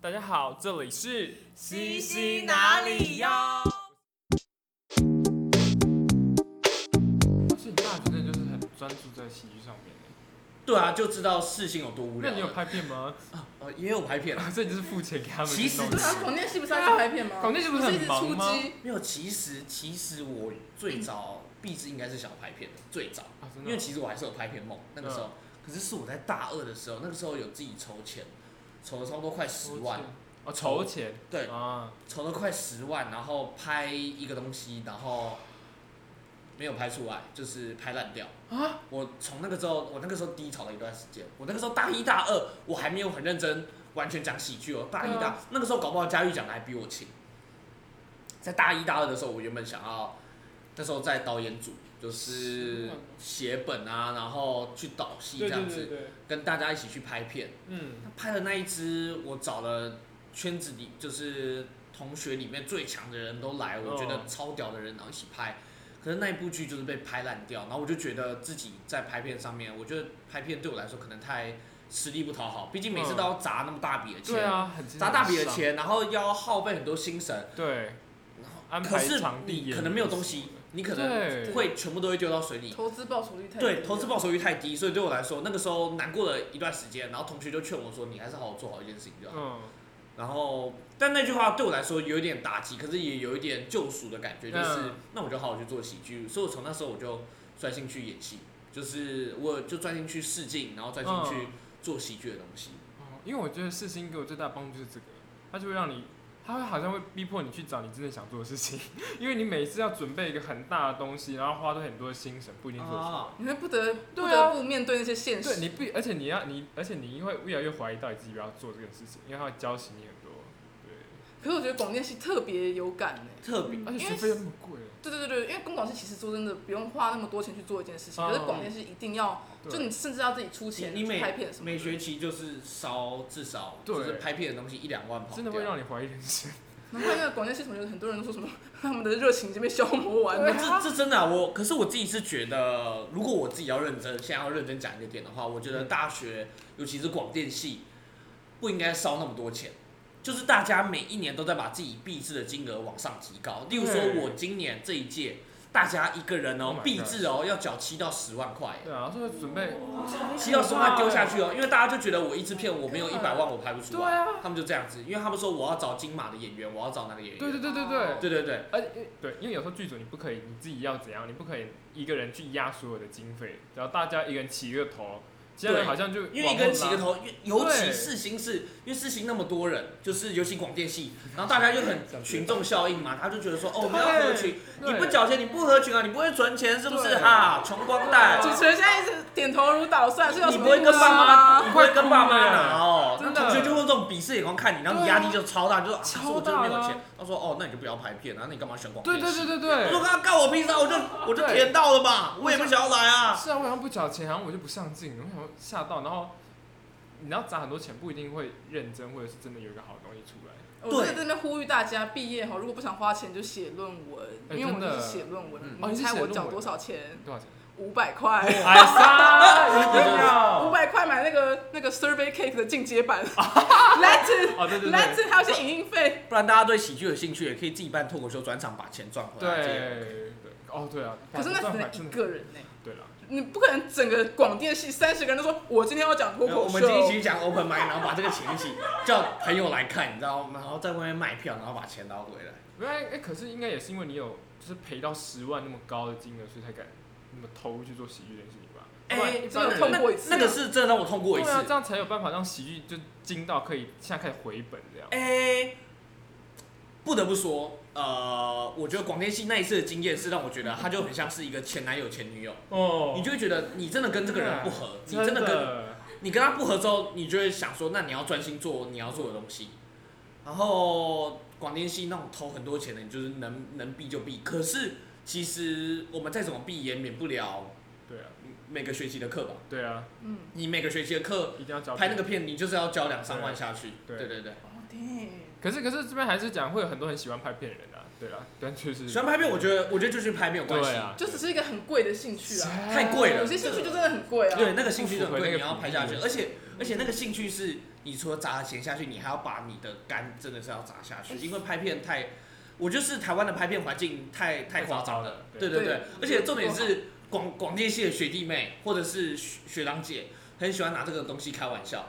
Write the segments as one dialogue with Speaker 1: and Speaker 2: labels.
Speaker 1: 大家好，这里是
Speaker 2: 西西哪里哟？
Speaker 1: 而且你大学生就是很专注在戏剧上面耶。
Speaker 2: 对啊，就知道事情有多无
Speaker 1: 那
Speaker 2: 聊。
Speaker 1: 你有拍片 吗？
Speaker 2: 哦，也有拍片啊。
Speaker 1: 这你就是付钱给他们
Speaker 2: 其实
Speaker 1: 弄的。
Speaker 3: 对啊，广电系不是要去拍片吗？
Speaker 1: 广电系不是
Speaker 3: 是一
Speaker 1: 很
Speaker 3: 直
Speaker 1: 忙
Speaker 3: 出
Speaker 1: 吗
Speaker 3: 击？
Speaker 2: 没有，其实其实我最早毕志应该是想要拍片的，最早，
Speaker 1: 啊真的
Speaker 2: 因为其实我还是有拍片梦，那个时候，
Speaker 1: 嗯
Speaker 2: 可是是我在大二的时候，那个时候有自己筹钱，筹了差不多快十万，
Speaker 1: 哦，筹钱
Speaker 2: 对，
Speaker 1: 啊，
Speaker 2: 筹了快十万，然后拍一个东西，然后没有拍出来，就是拍烂掉啊！我从那个时候，我那个时候低潮了一段时间，我那个时候大一大二，我还没有很认真完全讲喜剧哦，大一
Speaker 3: 对啊
Speaker 2: 大、
Speaker 1: 嗯
Speaker 2: 那个时候搞不好佳玉讲的还比我勤。在大一大二的时候，我原本想要那时候在导演组，就是写本啊，然后去导戏这
Speaker 1: 对对
Speaker 2: 样
Speaker 1: 对
Speaker 2: 子，
Speaker 1: 对，
Speaker 2: 跟大家一起去拍片。
Speaker 1: 嗯，
Speaker 2: 那拍的那一支，我找了圈子里就是同学里面最强的人都来，我觉
Speaker 1: 哦
Speaker 2: 得超屌的人，然后一起拍。可是那一部剧就是被拍烂掉，然后我就觉得自己在拍片上面，我觉得拍片对我来说可能太吃力不讨好，毕竟每次都要砸那么大笔的
Speaker 1: 对
Speaker 2: 钱，
Speaker 1: 啊，很
Speaker 2: 砸大笔的，钱，然后要耗费很多心神，
Speaker 1: 对，安
Speaker 2: 可
Speaker 1: 排
Speaker 2: 是
Speaker 1: 场地
Speaker 2: 你
Speaker 1: 也
Speaker 2: 可能没有东西，你可能
Speaker 1: 对
Speaker 2: 会全部都会丢到水里，
Speaker 3: 投资报酬率太低了
Speaker 2: 对，投资报酬率太低，所以对我来说那个时候难过了一段时间，然后同学就劝我说，你还是好好做好一件事情就好。
Speaker 1: 嗯，
Speaker 2: 然后，但那句话对我来说有一点打击，可是也有一点救赎的感觉，就是、
Speaker 1: 嗯
Speaker 2: 那我就好好去做喜剧，所以我从那时候我就专心去演戏，就是我就专心去试镜，然后专心去做喜剧的东西。
Speaker 1: 哦因为我觉得世新给我最大的帮助就是这个，它就会让你，它会好像会逼迫你去找你真的想做的事情， 因为你每次要准备一个很大的东西，然后花多很多的心神，不一定做得出来。
Speaker 2: 啊，
Speaker 3: 你会不得不
Speaker 1: 对啊
Speaker 3: 得不面对那些现
Speaker 1: 对
Speaker 3: 实。
Speaker 1: 你不，而且你要你，而且你会越来越怀疑到底自己要不要做这件事情，因为它会教醒你很多。对，
Speaker 3: 可是我觉得广电系特别有感欸呢。
Speaker 2: 特别
Speaker 1: 而且
Speaker 3: 嗯因
Speaker 1: 学
Speaker 3: 为
Speaker 1: 费又那么贵，
Speaker 3: 对对对对，因为公广系其实说真的不用花那么多钱去做一件事情，
Speaker 1: 哦
Speaker 3: 可是广电系一定要，
Speaker 1: 对啊
Speaker 3: 就你甚至要自己出钱
Speaker 2: 你你
Speaker 3: 去
Speaker 2: 每
Speaker 3: 拍片什么
Speaker 2: 每学
Speaker 3: 的。
Speaker 2: 期就是烧至少就是
Speaker 1: 对
Speaker 2: 拍片的东西一两万跑
Speaker 1: 真的会让你怀疑人生。
Speaker 3: 难怪那个广电系同学很多人都说什么 他们的热情已经被消磨完了。
Speaker 2: 这这真的啊、我可是我自己是觉得，如果我自己要认真，现在要认真讲一个点的话，我
Speaker 1: 嗯
Speaker 2: 觉得大学，尤其是广电系，不应该烧那么多钱。就是大家每一年都在把自己币制的金额往上提高。例如说，
Speaker 1: 对
Speaker 2: 我今年这一届，大家一个人
Speaker 1: Oh my
Speaker 2: 哦
Speaker 1: God，
Speaker 2: 币制哦要缴七到十万块，
Speaker 1: 对啊，所以准备
Speaker 3: 哦
Speaker 2: 七到十万块丢下去哦，因为大家就觉得我一支片我没有一百万我拍不出
Speaker 1: 对
Speaker 2: 来，
Speaker 1: 啊，
Speaker 2: 他们就这样子，因为他们说我要找金马的演员，我要找哪个演员？
Speaker 1: 对对对对对。
Speaker 2: 对对对，
Speaker 1: 而且对，因为有时候剧组你不可以你自己要怎样，你不可以一个人去压所有的经费，然后大家一个人起一个头，其他人
Speaker 2: 对
Speaker 1: 好像就
Speaker 2: 因为一个人起个
Speaker 1: 头，
Speaker 2: 头，尤尤
Speaker 1: 对
Speaker 2: 其四星是，因为四星那么多人，就是尤其广电系，然后大家就很群众效应嘛，他就觉得说，哦，我们要合群，
Speaker 1: 对
Speaker 2: 你不缴钱，你不合群啊，你不会存钱是不是
Speaker 1: 对
Speaker 2: 哈？穷光蛋，
Speaker 3: 主持人现在一直点头如捣蒜，是有
Speaker 2: 你
Speaker 3: 什
Speaker 2: 不
Speaker 3: 么
Speaker 2: 会
Speaker 3: 意思
Speaker 2: 跟爸妈，
Speaker 3: 啊？
Speaker 2: 你不会跟爸妈
Speaker 1: 真的
Speaker 2: 拿哦，
Speaker 1: 真
Speaker 2: 那
Speaker 1: 的
Speaker 2: 同学就会这种鄙视眼光看你，然后你
Speaker 1: 对啊
Speaker 2: 压力就超大，就说，啊可是我真的没
Speaker 1: 超大
Speaker 2: 有
Speaker 1: 的啊
Speaker 2: 钱，他说，哦，那你就不要拍片啊，那你干嘛选广电
Speaker 1: 对
Speaker 2: 系？
Speaker 1: 对对对
Speaker 2: 我
Speaker 1: 对
Speaker 2: 说，，干干我屁事啊，我就我就
Speaker 1: 对
Speaker 2: 填到了嘛，我也不想要来啊，
Speaker 1: 是啊，我好像不缴钱，然后我就不上镜，我想吓到，然后你要砸很多钱，不一定会认真或者是真的有一个好的东西出来。
Speaker 3: 我在这边呼吁大家毕业哈，如果不想花钱就写论文，
Speaker 1: 哎
Speaker 3: 因为
Speaker 1: 真
Speaker 3: 我
Speaker 1: 的
Speaker 3: 就是写论文
Speaker 2: 嗯。
Speaker 1: 哦你是
Speaker 3: 猜
Speaker 1: 写
Speaker 3: 我
Speaker 1: 论
Speaker 3: 缴
Speaker 1: 文哦
Speaker 3: 多少钱？
Speaker 1: 多少钱？
Speaker 3: 五百块，
Speaker 1: 海沙一 定
Speaker 3: 五
Speaker 1: 要。
Speaker 3: 百块买那个那个 Survey Cake 的进阶版 ，Latin
Speaker 1: 哦，对啊对对
Speaker 3: Latin 还有一些影印费。
Speaker 2: 不然大家对喜剧有兴趣，也可以自己办脱口秀专场，把钱赚回来。
Speaker 1: 对
Speaker 2: 这样
Speaker 1: 对，哦对啊。
Speaker 3: 可是那只能一个人呢、
Speaker 1: 对了，
Speaker 3: 你不可能整个广电系三十个人都说我今天要讲脱
Speaker 2: 没
Speaker 1: 哦
Speaker 2: 有
Speaker 3: 口
Speaker 2: 我
Speaker 3: 秀
Speaker 2: 们。今天一起去讲 open mic，然后把这个情形叫朋友来看，你知道吗？然后在外面卖票，然后把钱拿回来。
Speaker 1: 没有哎、哎可是应该也是因为你有就是赔到十万那么高的金额，所以才敢那么投入去做喜剧这件事情吧？
Speaker 2: 哎
Speaker 1: 不然一
Speaker 3: 这有
Speaker 1: 般
Speaker 3: 这
Speaker 1: 人
Speaker 3: 痛过一次
Speaker 2: 那个是真的让我痛过一
Speaker 1: 对啊，
Speaker 2: 次。
Speaker 1: 这样才有办法让喜剧就精到可以现在开始回本这样。
Speaker 2: 哎，不得不说，呃，我觉得广电系那一次的经验是让我觉得他就很像是一个前男友前女友，
Speaker 1: 哦
Speaker 2: 你就会觉得你真的跟这个人不合，你
Speaker 1: 真
Speaker 2: 真的跟
Speaker 1: 的
Speaker 2: 你跟他不合之后，你就会想说，那你要专心做你要做的东西。然后广电系那种投很多钱的，你就是能能避就避。可是其实我们再怎么避，也免不了
Speaker 1: 对啊，
Speaker 2: 每个学期的课吧。
Speaker 1: 对啊，
Speaker 3: 嗯，
Speaker 2: 你每个学期的课
Speaker 1: 一定要交
Speaker 2: 拍那个片，你就是要交两三万
Speaker 1: 对
Speaker 2: 下去。
Speaker 1: 对
Speaker 2: 对对对，
Speaker 3: 哦对，
Speaker 1: 可是可是这边还是讲会有很多很喜欢拍片的人啊，对啊，但确实
Speaker 2: 喜欢拍片，我觉得我觉得就去拍没有关系
Speaker 1: 对。啊，
Speaker 3: 就只是一个很贵的兴趣啊，
Speaker 2: 太贵了
Speaker 3: 有些兴趣就真的很贵啊。
Speaker 2: 对，那个兴趣就很
Speaker 1: 不符合那
Speaker 2: 贵，
Speaker 1: 个
Speaker 2: 你要拍下去
Speaker 1: 比，例
Speaker 2: 而且而且那个兴趣是，你除了砸钱下去，你还要把你的肝真的是要砸下
Speaker 1: 哎
Speaker 2: 去，因为拍片太，我就是台湾的拍片环境太太夸张了，
Speaker 1: 太
Speaker 2: 对
Speaker 1: 糟
Speaker 2: 对
Speaker 3: 对
Speaker 2: 对，而且重点是广广电系的学弟妹或者是学学长姐很喜欢拿这个东西开玩笑，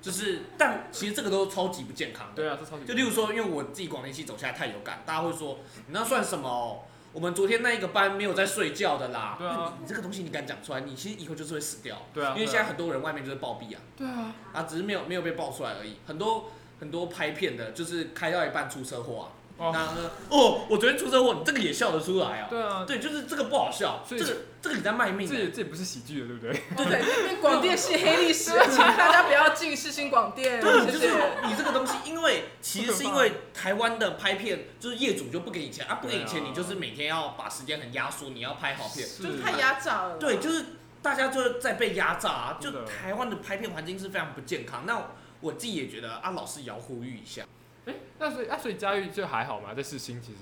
Speaker 2: 就是但其实这个都超级不健康的，
Speaker 1: 对啊，这超级
Speaker 2: 就例如说，因为我自己广电系走下来太有感，大家会说你那算什么？哦我们昨天那一个班没有在睡觉的啦。
Speaker 1: 对啊
Speaker 2: 你你这个东西你敢讲出来，你其实以后就是会死掉。
Speaker 1: 对啊，
Speaker 2: 因为现在很多人外面就是暴毙啊，
Speaker 3: 对啊，
Speaker 2: 啊，只是没有没有被爆出来而已。很多很多拍片的，就是开到一半出车祸啊。
Speaker 1: 哦
Speaker 2: 那呃哦，我昨天出车祸，你这个也笑得出来啊？
Speaker 1: 对啊，
Speaker 2: 对，就是这个不好笑，
Speaker 1: 所
Speaker 2: 这
Speaker 1: 以
Speaker 2: 个这个你在卖命、
Speaker 1: 这也
Speaker 2: 欸。
Speaker 1: 这也不是喜剧了，对不对？
Speaker 3: 对对，那边广电是黑历史，啊 请大家不要进世新广电，
Speaker 2: 对，就
Speaker 3: 谢
Speaker 2: 是
Speaker 3: 谢。
Speaker 2: 你这个东西，因为其实是因为台湾的拍片，就是业主就不给你钱啊，不给你
Speaker 1: 对
Speaker 2: 钱，
Speaker 1: 啊
Speaker 2: 你就是每天要把时间很压缩，你要拍好片。
Speaker 1: 是
Speaker 3: 就是太压榨了。
Speaker 2: 对，就是大家就是在被压榨啊，
Speaker 1: 真
Speaker 2: 就
Speaker 1: 的
Speaker 2: 台湾的拍片环境是非常不健康。那我自己也觉得啊，老师也要呼吁一下。
Speaker 1: 哎、那所以啊，所以佳玉就还好嘛，在世新其实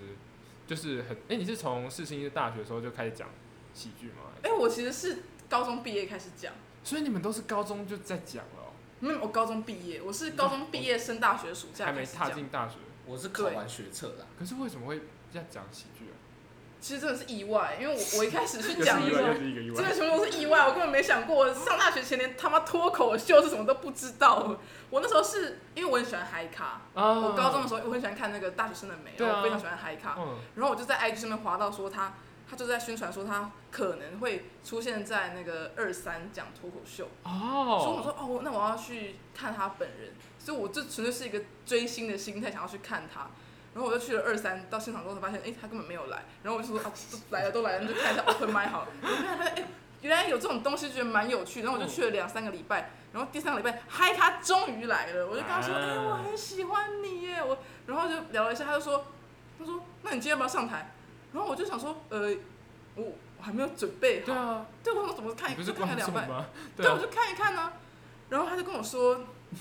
Speaker 1: 就是很哎、你是从世新大学的时候就开始讲喜剧吗？
Speaker 3: 哎、我其实是高中毕业开始讲，
Speaker 1: 所以你们都是高中就在讲了哦、
Speaker 3: 没有，我高中毕业，我是高中毕业升大学暑假
Speaker 1: 还没
Speaker 3: 开始
Speaker 1: 踏
Speaker 3: 讲。
Speaker 1: 进大学。
Speaker 2: 我是考完学测的啊，
Speaker 1: 可是为什么会要讲喜剧啊？
Speaker 3: 其实真的是意外，因 为我我一开始去
Speaker 1: 又
Speaker 3: 讲
Speaker 1: 是
Speaker 3: 的
Speaker 1: 意
Speaker 3: 时
Speaker 1: 外，
Speaker 3: 候
Speaker 1: 又，是一个意
Speaker 3: 真
Speaker 1: 外。
Speaker 3: 的全部都是意外，我根本没想过。我上大学前连他妈脱口秀是什么都不知道。我那时候是因为我很喜欢嗨咖，
Speaker 1: 啊
Speaker 3: 我高中的时候我很喜欢看那个大学生的美，
Speaker 1: 对啊
Speaker 3: 然后我非常喜欢嗨咖。
Speaker 1: 嗯，
Speaker 3: 然后我就在 IG 上面滑到说他，他就在宣传说他可能会出现在那个二三讲脱口秀，所以
Speaker 1: 哦，
Speaker 3: 我说哦，我那我要去看他本人，所以我就纯粹是一个追星的心态想要去看他。然后我就去了二三，到现场之后才发现，哎，他根本没有来。然后我就说啊，都来了都来了，那 就看一下 open mic 好了。我看发现，哎，原来有这种东西，觉得蛮有趣。然后我就去了两三个礼拜，然后第三个礼拜，嗨，他终于来了。我就跟他说，
Speaker 1: 啊
Speaker 3: 哎，我很喜欢你耶。我然后就聊了一下，他就说，他说，那你今天要不要上台？然后我就想说，呃，我我还没有准备好。
Speaker 1: 对啊，
Speaker 3: 对我怎么看
Speaker 1: 你不是
Speaker 3: 就看了
Speaker 1: 观
Speaker 3: 两
Speaker 1: 众
Speaker 3: 半。
Speaker 1: 吗？
Speaker 3: 对，我
Speaker 1: 啊，
Speaker 3: 就看一看呢、然后他就跟我说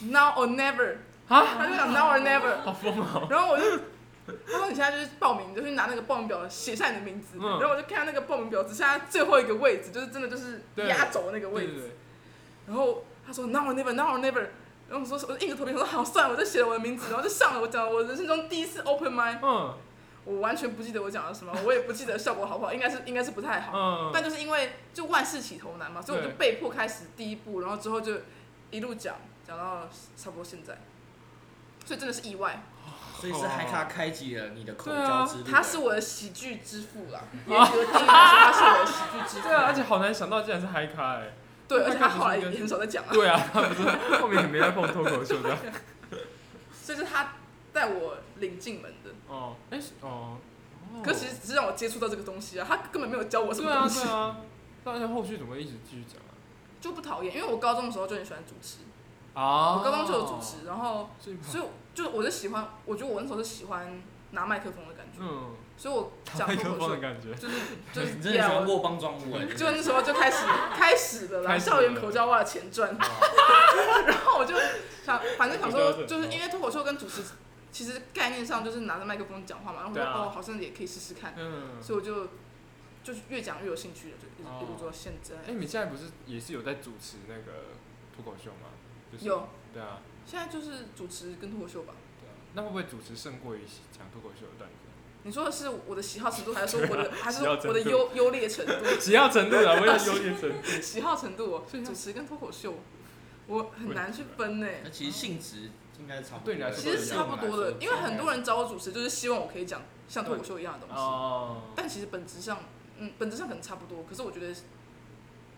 Speaker 3: now or never，
Speaker 1: 啊，
Speaker 3: 他就讲 now or never，
Speaker 1: 好疯哦！
Speaker 3: 然后我就，他说你现在就是报名，你就去拿那个报名表写下你的名字，
Speaker 1: 嗯
Speaker 3: 然后我就看那个报名表只剩下最后一个位置，就是真的就是
Speaker 1: 对
Speaker 3: 压轴那个位
Speaker 1: 对
Speaker 3: 置，
Speaker 1: 对对，
Speaker 3: 然后他说 now or never，now or never，然后我说我就硬着头皮说好算了，我就写了我的名字，然后就上了，我讲了我人生中第一次 open mic，
Speaker 1: 嗯
Speaker 3: 我完全不记得我讲了什么，我也不记得效果好不好，应该是应该是不太好，
Speaker 1: 嗯，
Speaker 3: 但就是因为就万事起头难嘛，所以我就
Speaker 1: 对
Speaker 3: 被迫开始第一步，然后之后就一路讲讲到差不多现在，所以真的是意外。
Speaker 2: 所以是嗨
Speaker 1: 哦
Speaker 2: 咖开启了你的口
Speaker 1: 对
Speaker 2: 交
Speaker 1: 啊
Speaker 2: 之路。
Speaker 3: 他是我的喜剧之父 啦，也许我定义来说他是我的喜剧之父
Speaker 1: 对。啊，而且好难想到竟然是嗨咖哎。
Speaker 3: 对，而且他后来也很少在讲啊，
Speaker 1: 对啊，他不是后面也没在碰脱口秀的。
Speaker 3: 所以是他带我领进门的。
Speaker 1: 哦，哎哦，哦
Speaker 3: 可其实只是让我接触到这个东西啊，他根本没有教我什
Speaker 1: 对
Speaker 3: 么
Speaker 1: 啊
Speaker 3: 东西
Speaker 1: 对，啊，但是后续怎么会一直继续讲啊？
Speaker 3: 就不讨厌。因为我高中的时候就很喜欢主持，
Speaker 1: 啊
Speaker 3: 我高中就有主，持，然后
Speaker 1: 所以
Speaker 3: 所以就我就喜欢，我觉得我那时候是喜欢拿麦克风的感觉，
Speaker 1: 嗯，
Speaker 3: 所以我讲
Speaker 1: 麦克
Speaker 3: 脱口
Speaker 1: 风
Speaker 3: 秀
Speaker 1: 的感觉，
Speaker 3: 就是就
Speaker 2: 你
Speaker 3: 是
Speaker 2: 真的喜欢
Speaker 3: 聊，
Speaker 2: 握邦装舞哎，
Speaker 1: 欸
Speaker 3: 就那时候就开始开始了啦，
Speaker 1: 开始了
Speaker 3: 校园口罩袜的前传。然后我就想， 反正想说，就是因为脱口秀跟主持其实概念上就是拿着麦克风讲话嘛，然后我
Speaker 1: 对
Speaker 3: 说、
Speaker 1: 啊
Speaker 3: 哦，好像也可以试试看，
Speaker 1: 嗯，
Speaker 3: 所以我就就是越讲越有兴趣了，就一直、
Speaker 1: 哦
Speaker 3: 一路做到现在。
Speaker 1: 哎，你现在不是也是有在主持那个脱口秀吗？就是
Speaker 3: 有，
Speaker 1: 对啊，
Speaker 3: 现在就是主持跟脱口秀吧。
Speaker 1: 对啊，那会不会主持胜过于讲脱口秀的段子？
Speaker 3: 你说的是我的喜好程度，还是 说我的，还是
Speaker 1: 喜好程度
Speaker 3: 我的优优劣程度？
Speaker 1: 喜好程度啊，我有优点程度。
Speaker 3: 喜好程度哦，
Speaker 1: 所以它
Speaker 3: 主持跟脱口秀，我很难去分呢、
Speaker 2: 那其实性质应该差不多。
Speaker 1: 对你来说
Speaker 3: 其实差不多的，因为很多
Speaker 2: 人
Speaker 3: 人找我主持，就是希望我可以讲像脱口秀一样的东西。
Speaker 1: 哦，
Speaker 3: 但其实本质上，嗯，本质上可能差不多，可是我觉得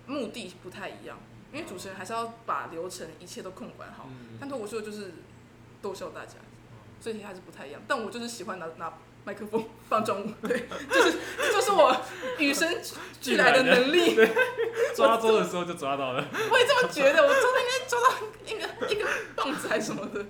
Speaker 3: 目的不太一样，因为主持人还是要把流程一切都控管好，
Speaker 1: 嗯，
Speaker 3: 但脱口秀就是逗笑大家，所以还是不太一样。但我就是喜欢拿拿麦克风放中 午，对，就是这就是我与生俱来的能力，
Speaker 1: 抓周的时候就抓到 了。
Speaker 3: 我也这么觉得，我真的应该抓到一个一个棒子还是什么的。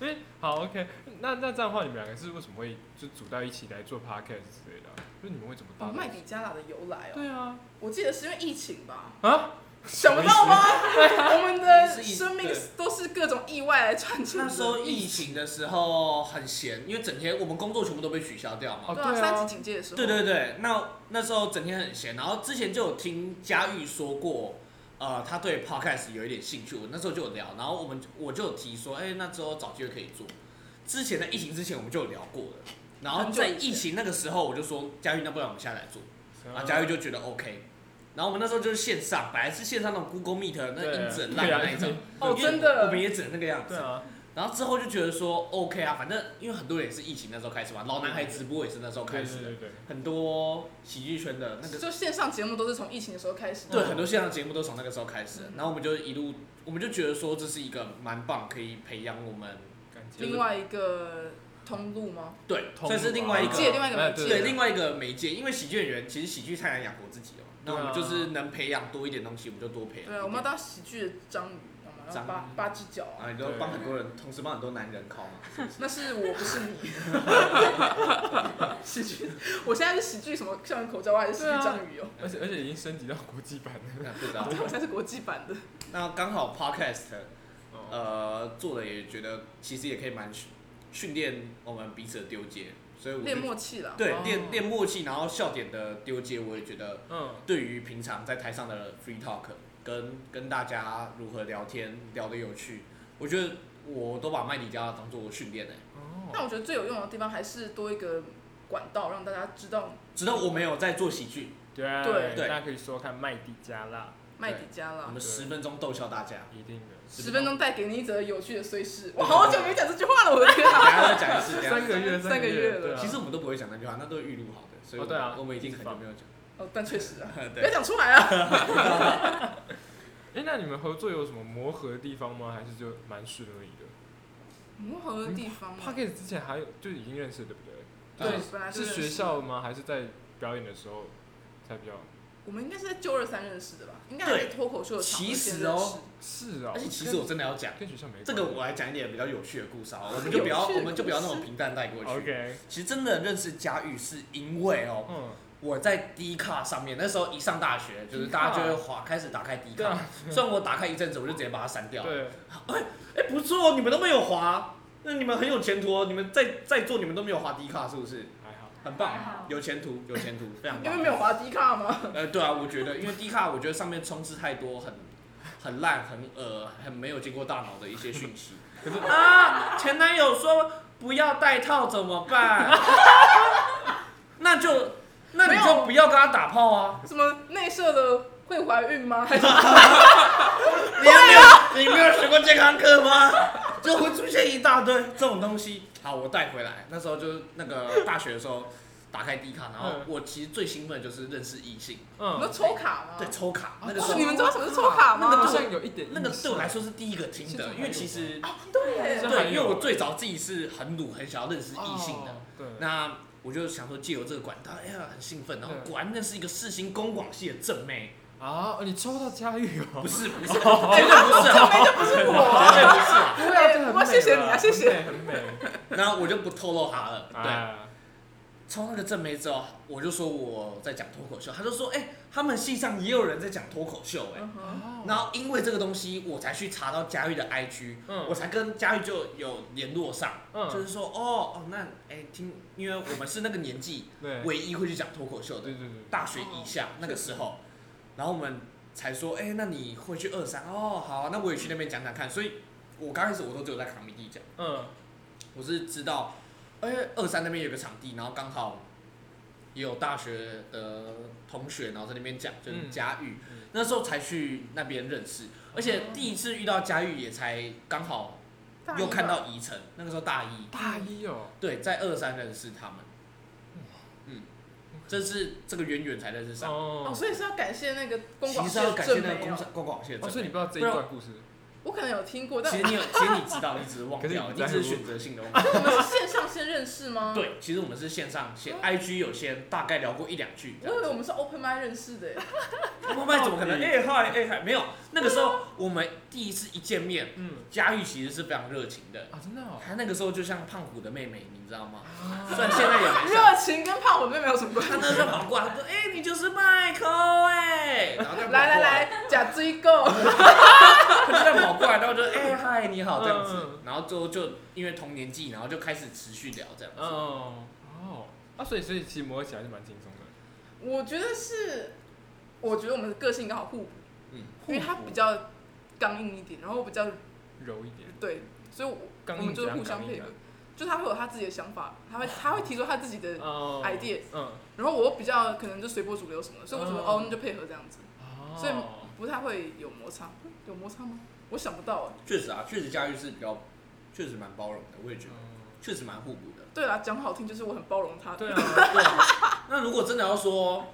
Speaker 1: 哎、好，OK，那那这样的话，你们两个是为什么会就组到一起来做 podcast 之类的啊、就你们会怎么搭
Speaker 3: 哦，
Speaker 1: 档？
Speaker 3: 麦迪加拿的由来哦，
Speaker 1: 对啊，
Speaker 3: 我记得是因为疫情 吧，
Speaker 1: 啊，
Speaker 3: 想不到吗？我们的
Speaker 2: 是疫
Speaker 3: 生命
Speaker 2: 对
Speaker 3: 都是各种意外来串出的。
Speaker 2: 那时候疫情的时候很闲，因为整天我们工作全部都被取消掉嘛。
Speaker 1: 哦
Speaker 3: 对啊，
Speaker 1: 对啊
Speaker 3: 三级警戒的哦时候，
Speaker 2: 对对对，那那时候整天很闲，然后之前就有听佳玉说过，呃，他对 podcast 有一点兴趣，我那时候就有聊，然后我们我就有提说，哎、那之后找机会可以做。之前在疫情之前我们就有聊过了，然后
Speaker 3: 很久
Speaker 2: 在
Speaker 3: 以前
Speaker 2: 疫情那个时候我就说，佳玉，那不然我们现在来做，
Speaker 1: 嗯
Speaker 2: 然
Speaker 1: 啊
Speaker 2: 后佳玉就觉得 OK。然后我们那时候就是线上，本来是线上那种 Google Meet 那
Speaker 1: 对啊
Speaker 2: 音质很烂的那一种，
Speaker 3: 哦，
Speaker 2: 因为
Speaker 3: 真的
Speaker 2: 我们也只能那个样子
Speaker 1: 对。啊，
Speaker 2: 然后之后就觉得说 OK 啊，反正因为很多人也是疫情那时候开始嘛，老男孩直哦播也是那时候
Speaker 1: 对
Speaker 2: 开
Speaker 1: 对
Speaker 2: 始的，
Speaker 1: 对对，
Speaker 2: 很多喜剧圈的那个
Speaker 3: 就线上节目都是从疫情的时候开始的。
Speaker 2: 对，
Speaker 1: 嗯
Speaker 2: 很多线上节目都从那个时候开始的
Speaker 3: 嗯，
Speaker 2: 然后我们就一路，我们就觉得说这是一个蛮棒，可以培养我们
Speaker 1: 感觉
Speaker 3: 另外一个通路吗？
Speaker 2: 对，
Speaker 1: 通
Speaker 2: 算是另外一个
Speaker 3: 借另外一个
Speaker 1: 哎
Speaker 3: 媒介
Speaker 2: 对另外一个媒介，因为喜剧演员其实喜剧太难养活自己了嘛，那
Speaker 1: 对
Speaker 2: 我
Speaker 1: 啊
Speaker 2: 们就是能培养多一点东西，我们就多培养一点。
Speaker 3: 对，我们要当喜剧的章鱼，好吗？然后
Speaker 2: 章鱼
Speaker 3: 八八只脚啊，
Speaker 2: 啊，你都帮很多人，同时帮很多男人考嘛，
Speaker 3: 那是我不 是你。喜剧，我现在是喜剧什么校园口罩还是喜剧章鱼哦？
Speaker 1: 而且而且已经升级到国际版了。
Speaker 2: 那对的
Speaker 3: 啊
Speaker 2: 啊。
Speaker 3: 对，我现在是国际版的。
Speaker 2: 那刚好 podcast
Speaker 1: 哦
Speaker 2: 呃做了也觉得其实也可以蛮训训练我们彼此的丢接，所以我
Speaker 3: 练
Speaker 2: 就
Speaker 3: 默契啦。
Speaker 2: 对
Speaker 1: 哦
Speaker 2: 练练默契，然后笑点的丢接，我也觉得。
Speaker 1: 嗯，
Speaker 2: 对于平常在台上的 free talk，跟跟大家如何聊天聊得有趣，我觉得我都把麦迪加当做训练呢。欸
Speaker 1: 哦，
Speaker 3: 但我觉得最有用的地方还是多一个管道，让大家知道
Speaker 2: 直到我没有在做喜剧，
Speaker 1: 对啊
Speaker 2: 对
Speaker 1: 大家可以说看麦迪加辣，
Speaker 3: 麦迪加
Speaker 2: 我
Speaker 3: 啦。
Speaker 2: 们十分钟逗笑大家。
Speaker 1: 一定的。
Speaker 3: 十分钟带给你一则有趣的碎事。我好久没讲这句话了，我的
Speaker 2: 等
Speaker 3: 天
Speaker 2: 一
Speaker 3: 啊！
Speaker 2: 下再讲一次。等一下
Speaker 1: 三个月，
Speaker 3: 三个月了
Speaker 1: 对啊
Speaker 2: 其实我们都不会讲那句话，那都是预录好的，所以
Speaker 1: 哦
Speaker 2: 我
Speaker 1: 对
Speaker 2: 们、
Speaker 1: 啊
Speaker 2: 我们已经很久没有讲。
Speaker 3: 哦，但确实啊，不要
Speaker 2: 对，
Speaker 3: 讲出来啊。
Speaker 1: 哎、那你们合作有什么磨合的地方吗？还是就蛮顺利的
Speaker 3: 磨合的地方啊，
Speaker 1: ？Pocket 之前还有就已经认识，对不对？
Speaker 3: 对
Speaker 2: 嗯，
Speaker 3: 本来就是啊认识
Speaker 1: 学校吗？还是在表演的时候才比较？
Speaker 3: 我们应该是在九二三认识的吧？应该还是脱口秀的场合
Speaker 2: 其实
Speaker 3: 先认识
Speaker 2: 哦，
Speaker 1: 是啊、
Speaker 2: 而且其实我真的要讲
Speaker 1: 跟跟学校没关
Speaker 2: 这个，我来讲一点比较有趣的故事啊，我们
Speaker 3: 有趣
Speaker 2: 就
Speaker 3: 的
Speaker 2: 不要我们
Speaker 3: 故
Speaker 2: 就不要那
Speaker 3: 事
Speaker 2: 么平淡带过去。
Speaker 1: OK，
Speaker 2: 其实真的认识佳玉是因为哦、
Speaker 1: 嗯，
Speaker 2: 我在 D 卡上面，那时候一上大学，就是大家就会滑，开始打开 D
Speaker 1: 对
Speaker 2: 卡
Speaker 1: 啊。
Speaker 2: 虽然我打开一阵子，我就直接把它删掉。，
Speaker 1: 对，
Speaker 2: 哎、不错哦，你们都没有滑，那你们很有前途哦。你们在在座你们都没有滑 D 卡，是不是？
Speaker 1: 还好，
Speaker 2: 很
Speaker 4: 还
Speaker 2: 棒
Speaker 4: 好，
Speaker 2: 有前途，有 前途，非常
Speaker 3: 因为
Speaker 2: 棒
Speaker 3: 没。有滑低卡吗？
Speaker 2: 呃，对啊，我觉得，因为 D 卡，我觉得上面充斥太多很很烂、很呃、很没有经过大脑的一些讯 息。可是啊，前男友说不要戴套怎么 办？那就那你
Speaker 3: 没有
Speaker 2: 就不要跟他打炮啊。
Speaker 3: 什么内射的会怀孕 吗？还是
Speaker 2: 你没
Speaker 3: 啊
Speaker 2: 有你没有学过健康课 吗？就会出现一大堆这种东西。好，我带回来。那时候就是那个大学的时候，打开 D 卡，然后
Speaker 1: 嗯
Speaker 2: 我其实最兴奋的就是认识异性，
Speaker 3: 你们
Speaker 1: 嗯，
Speaker 3: 抽卡吗？
Speaker 2: 对，抽卡。那个时
Speaker 3: 哦，
Speaker 2: 候
Speaker 3: 你们知道什么是抽卡吗？
Speaker 2: 那个
Speaker 1: 好
Speaker 2: 不是
Speaker 1: 像有一点
Speaker 2: 那个对我来
Speaker 1: 说，
Speaker 2: 说是第一个听
Speaker 1: 现在还
Speaker 2: 的，
Speaker 1: 有
Speaker 2: 因为其实
Speaker 3: 啊对
Speaker 1: 现在还
Speaker 2: 对，
Speaker 1: 有
Speaker 2: 因为我最早自己是很努，很想要认识异性的
Speaker 1: 哦。，对，
Speaker 2: 那我就想说借由这个管道，哎呀，很兴奋。然后
Speaker 3: 嗯
Speaker 1: 对
Speaker 2: 果然那是一个世新公广系的正妹，
Speaker 1: 啊，你抽到佳玉哦，
Speaker 2: 不是 不是，绝对不是，
Speaker 3: 正妹就不是我。
Speaker 2: 绝对不是。
Speaker 3: 不要这
Speaker 1: 很美
Speaker 3: 样，不过谢谢你啊，
Speaker 1: 了
Speaker 3: 谢谢。
Speaker 1: 很美，很美，
Speaker 2: 然后我就不透露他了。对，
Speaker 3: 啊
Speaker 1: 哎，
Speaker 2: 抽那个正妹之后，我就说我在讲脱口秀，他就说，哎、他们系上也有人在讲脱口秀、哎、
Speaker 3: 嗯哼
Speaker 1: 哦
Speaker 2: 然后因为这个东西，我才去查到佳玉的 IG，、
Speaker 1: 嗯
Speaker 2: 我才跟佳玉就有联络上，
Speaker 1: 嗯
Speaker 2: 就是说，哦哦，那哎、听，因为我们是那个年纪
Speaker 1: 对，
Speaker 2: 唯一会去讲脱口秀的
Speaker 1: 对，嗯对对，
Speaker 2: 大学以下那个时候，然后我们才说，哎、那你会去二三？哦，好啊、那我也去那边讲讲看。所以，我刚开始我都只有在卡米地讲。
Speaker 1: 嗯，
Speaker 2: 我是知道，哎、二三那边有个场地，然后刚好也有大学的同学，然后在那边讲，就是
Speaker 1: 嗯
Speaker 2: 佳玉，
Speaker 1: 嗯
Speaker 2: 那时候才去那边认识，而且第一次遇到佳玉也才刚好
Speaker 3: 大一
Speaker 2: 又看
Speaker 3: 吧
Speaker 2: 到宜城，那个时候大一，
Speaker 1: 大一哦，
Speaker 2: 对，在二三认识他们，嗯，这是这个远远才认识上，
Speaker 1: 哦
Speaker 3: 哦，，所以是要感谢那个公
Speaker 2: 其
Speaker 3: 广
Speaker 2: 实
Speaker 3: 系
Speaker 2: 是要
Speaker 3: 的
Speaker 2: 感谢
Speaker 3: 正
Speaker 2: 那个
Speaker 3: 美
Speaker 2: 公
Speaker 3: 哦。
Speaker 2: 公广系的
Speaker 1: 哦，所以
Speaker 2: 正
Speaker 1: 你
Speaker 2: 妹
Speaker 1: 不知道这一段故事，
Speaker 3: 我可能有听过，但
Speaker 2: 其实你有，其实你知道，你只是忘
Speaker 1: 可是你
Speaker 2: 掉，
Speaker 1: 不
Speaker 2: 你只
Speaker 1: 在
Speaker 2: 是
Speaker 1: 乎
Speaker 2: 选择性的忘掉。
Speaker 3: 我们是线上先认识吗？，
Speaker 2: 对，其实我们是线上线
Speaker 3: 哦
Speaker 2: ，IG 有先大概聊过一两句这样
Speaker 3: 我以为
Speaker 2: 子。
Speaker 3: 我们是 open mind 认识 的耶，
Speaker 2: 慢慢怎么可能？
Speaker 1: 到
Speaker 2: 哎嗨哎嗨，没有。那个时候我们第一次一见面，
Speaker 1: 嗯，
Speaker 2: 佳玉其实是非常热情的。
Speaker 1: 啊，真的哦，
Speaker 2: 她那个时候就像胖虎的妹妹，你知道吗？
Speaker 1: 啊
Speaker 2: 虽然现在也没像。
Speaker 3: 热情跟胖虎妹没有什么关
Speaker 2: 她
Speaker 3: 系。
Speaker 2: 那时候跑过来，她说：“哎、你就是麦克哎。”然后她跑过
Speaker 3: 来来，来，假追购，
Speaker 2: 她就在跑过来，然后我就哎、嗨你好这样子
Speaker 1: 嗯。
Speaker 2: 然后之后就因为同年纪，然后就开始持续聊这样子。
Speaker 3: 嗯
Speaker 1: 哦哦，啊，所以所以其实磨合起来是蛮轻松的，
Speaker 3: 我觉得是，我觉得我们的个性刚好互补，
Speaker 2: 嗯，
Speaker 3: 因为他比较刚硬一点，然后我比较
Speaker 1: 柔一点，
Speaker 3: 对，所以我
Speaker 1: 刚
Speaker 3: 我
Speaker 1: 硬
Speaker 3: 们就是
Speaker 1: 怎样
Speaker 3: 互相
Speaker 1: 刚硬
Speaker 3: 配
Speaker 1: 啊
Speaker 3: 合，就他会有他自己的想法，他 会他会提出他自己的，
Speaker 1: 哦
Speaker 3: idea
Speaker 1: 嗯，
Speaker 3: 然后我比较可能就随波逐流什么的，所以我觉得
Speaker 1: 哦
Speaker 3: 哦那就配合这样子，
Speaker 1: 哦
Speaker 3: 所以不太会有摩擦，有摩擦吗？我想不到哎。
Speaker 2: 确实啊，确实佳玉是比较，确实蛮包容的，我也觉得，
Speaker 1: 嗯
Speaker 2: 确实蛮互补的。
Speaker 3: 对啦，讲好听就是我很包容他，
Speaker 1: 对啊，
Speaker 2: 对啊，那如果真的要说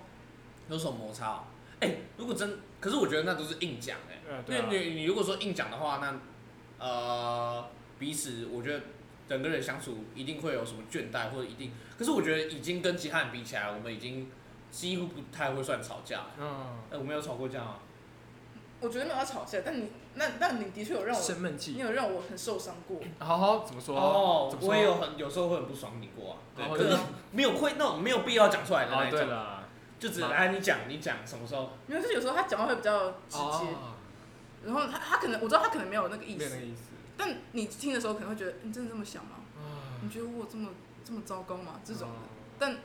Speaker 2: 有什么摩擦、哦，哎、如果真，可是我觉得那都是硬讲哎、
Speaker 1: 呃对
Speaker 2: 那
Speaker 1: 啊
Speaker 2: 你你如果说硬讲的话，那呃彼此我觉得人跟人相处一定会有什么倦怠，或者一定，可是我觉得已经跟其他人比起来，我们已经几乎不太会算吵架。
Speaker 1: 嗯，
Speaker 2: 哎、我们有吵过架吗？
Speaker 3: 我觉得没有要吵架，但你那那你的确有让我，
Speaker 1: 生闷
Speaker 3: 你
Speaker 1: 气，
Speaker 3: 有让我很受伤过，
Speaker 1: 好好怎么说？
Speaker 2: 哦
Speaker 1: 怎，么说
Speaker 2: 我也有很有时候会很不爽你过啊，对，
Speaker 1: 哦
Speaker 2: 可
Speaker 1: 对
Speaker 2: 是
Speaker 1: 啊
Speaker 2: 没有会那种没有必要讲出来的那
Speaker 1: 哦，
Speaker 2: 一
Speaker 1: 对
Speaker 2: 种，
Speaker 1: 了，
Speaker 2: 就只
Speaker 1: 蛮
Speaker 2: 哎你讲你讲什么时候？
Speaker 3: 没有，就是有时候他讲话会比较直接，
Speaker 1: 哦
Speaker 3: 然后他他可能我知道他可能没有那个意
Speaker 1: 没有那
Speaker 3: 思
Speaker 1: 个，意思，
Speaker 3: 但你听的时候可能会觉得你真的这么想吗？
Speaker 1: 啊
Speaker 3: 你觉得我这么这么糟糕吗？嗯这种的，
Speaker 1: 哦
Speaker 3: 但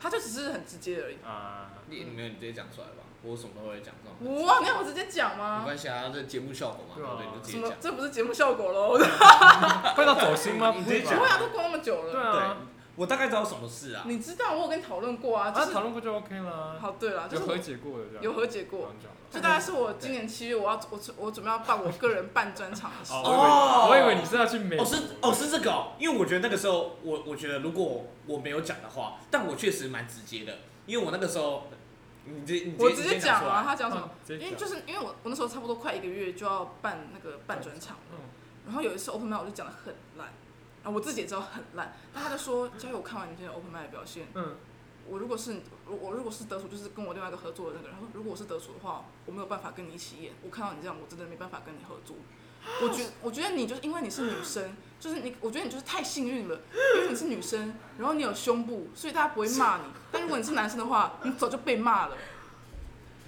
Speaker 3: 他就只是很直接而已。
Speaker 1: 啊，
Speaker 2: 你没有你直接讲出来吧，我什么都会讲这种。
Speaker 3: 哇，你让我直接讲
Speaker 2: 没
Speaker 3: 吗？
Speaker 2: 关系啊，这节目效果嘛，
Speaker 1: 对
Speaker 2: 对
Speaker 1: 啊
Speaker 2: 不对？你就直接
Speaker 3: 什么
Speaker 2: 讲？。
Speaker 3: 这不是节目效果喽？
Speaker 1: 会到走心吗？
Speaker 2: 你
Speaker 1: 不
Speaker 2: 直接
Speaker 1: 会
Speaker 3: 不会
Speaker 1: 吧？
Speaker 3: 啊，都过那么久
Speaker 1: 对
Speaker 3: 了。
Speaker 1: 啊，
Speaker 2: 对，我大概知道什么事啊。
Speaker 3: 你知道我有跟你讨论过啊，就
Speaker 1: 啊，
Speaker 3: 是
Speaker 1: 讨论过就 OK 了，
Speaker 3: 好对啦，就
Speaker 1: 有
Speaker 3: 是
Speaker 1: 和
Speaker 3: 我
Speaker 1: 解啊嗯过的这样，
Speaker 3: 有和解过，
Speaker 1: 这样就好了
Speaker 3: 就大概是我今年七月我要我准我准备要办我个人办专场的时候，
Speaker 1: 哦，我以为
Speaker 2: 哦
Speaker 1: 我以为你是要去美
Speaker 2: 哦
Speaker 1: 国，
Speaker 2: 是哦是这个哦，因为我觉得那个时候我我觉得如果我没有讲的话，但我确实蛮直接的，因为我那个时候你直你
Speaker 3: 我
Speaker 2: 直
Speaker 3: 直
Speaker 2: 接
Speaker 3: 接讲
Speaker 2: 出
Speaker 3: 啊，
Speaker 2: 来，
Speaker 3: 他讲什么？
Speaker 1: 嗯，直接
Speaker 3: 因为
Speaker 1: 讲
Speaker 3: 就是因为我我那时候差不多快一个月就要办那个办专场，
Speaker 1: 嗯
Speaker 3: 然后有一次 open mic 我就讲的很烂，然后我自己也知道很烂，但他就说佳玉我看完你今天 open mic 的表现，
Speaker 1: 嗯，
Speaker 3: 我如果是我我如果是得主，就是跟我另外一个合作的那个人，他说如果我是得主的话，我没有办法跟你一起演。我看到你这样，我真的没办法跟你合作。我觉我觉得你就是因为你是女生，就是你，我觉得你就是太幸运了，因为你是女生，然后你有胸部，所以大家不会骂你。但如果你是男生的话，你早就被骂了。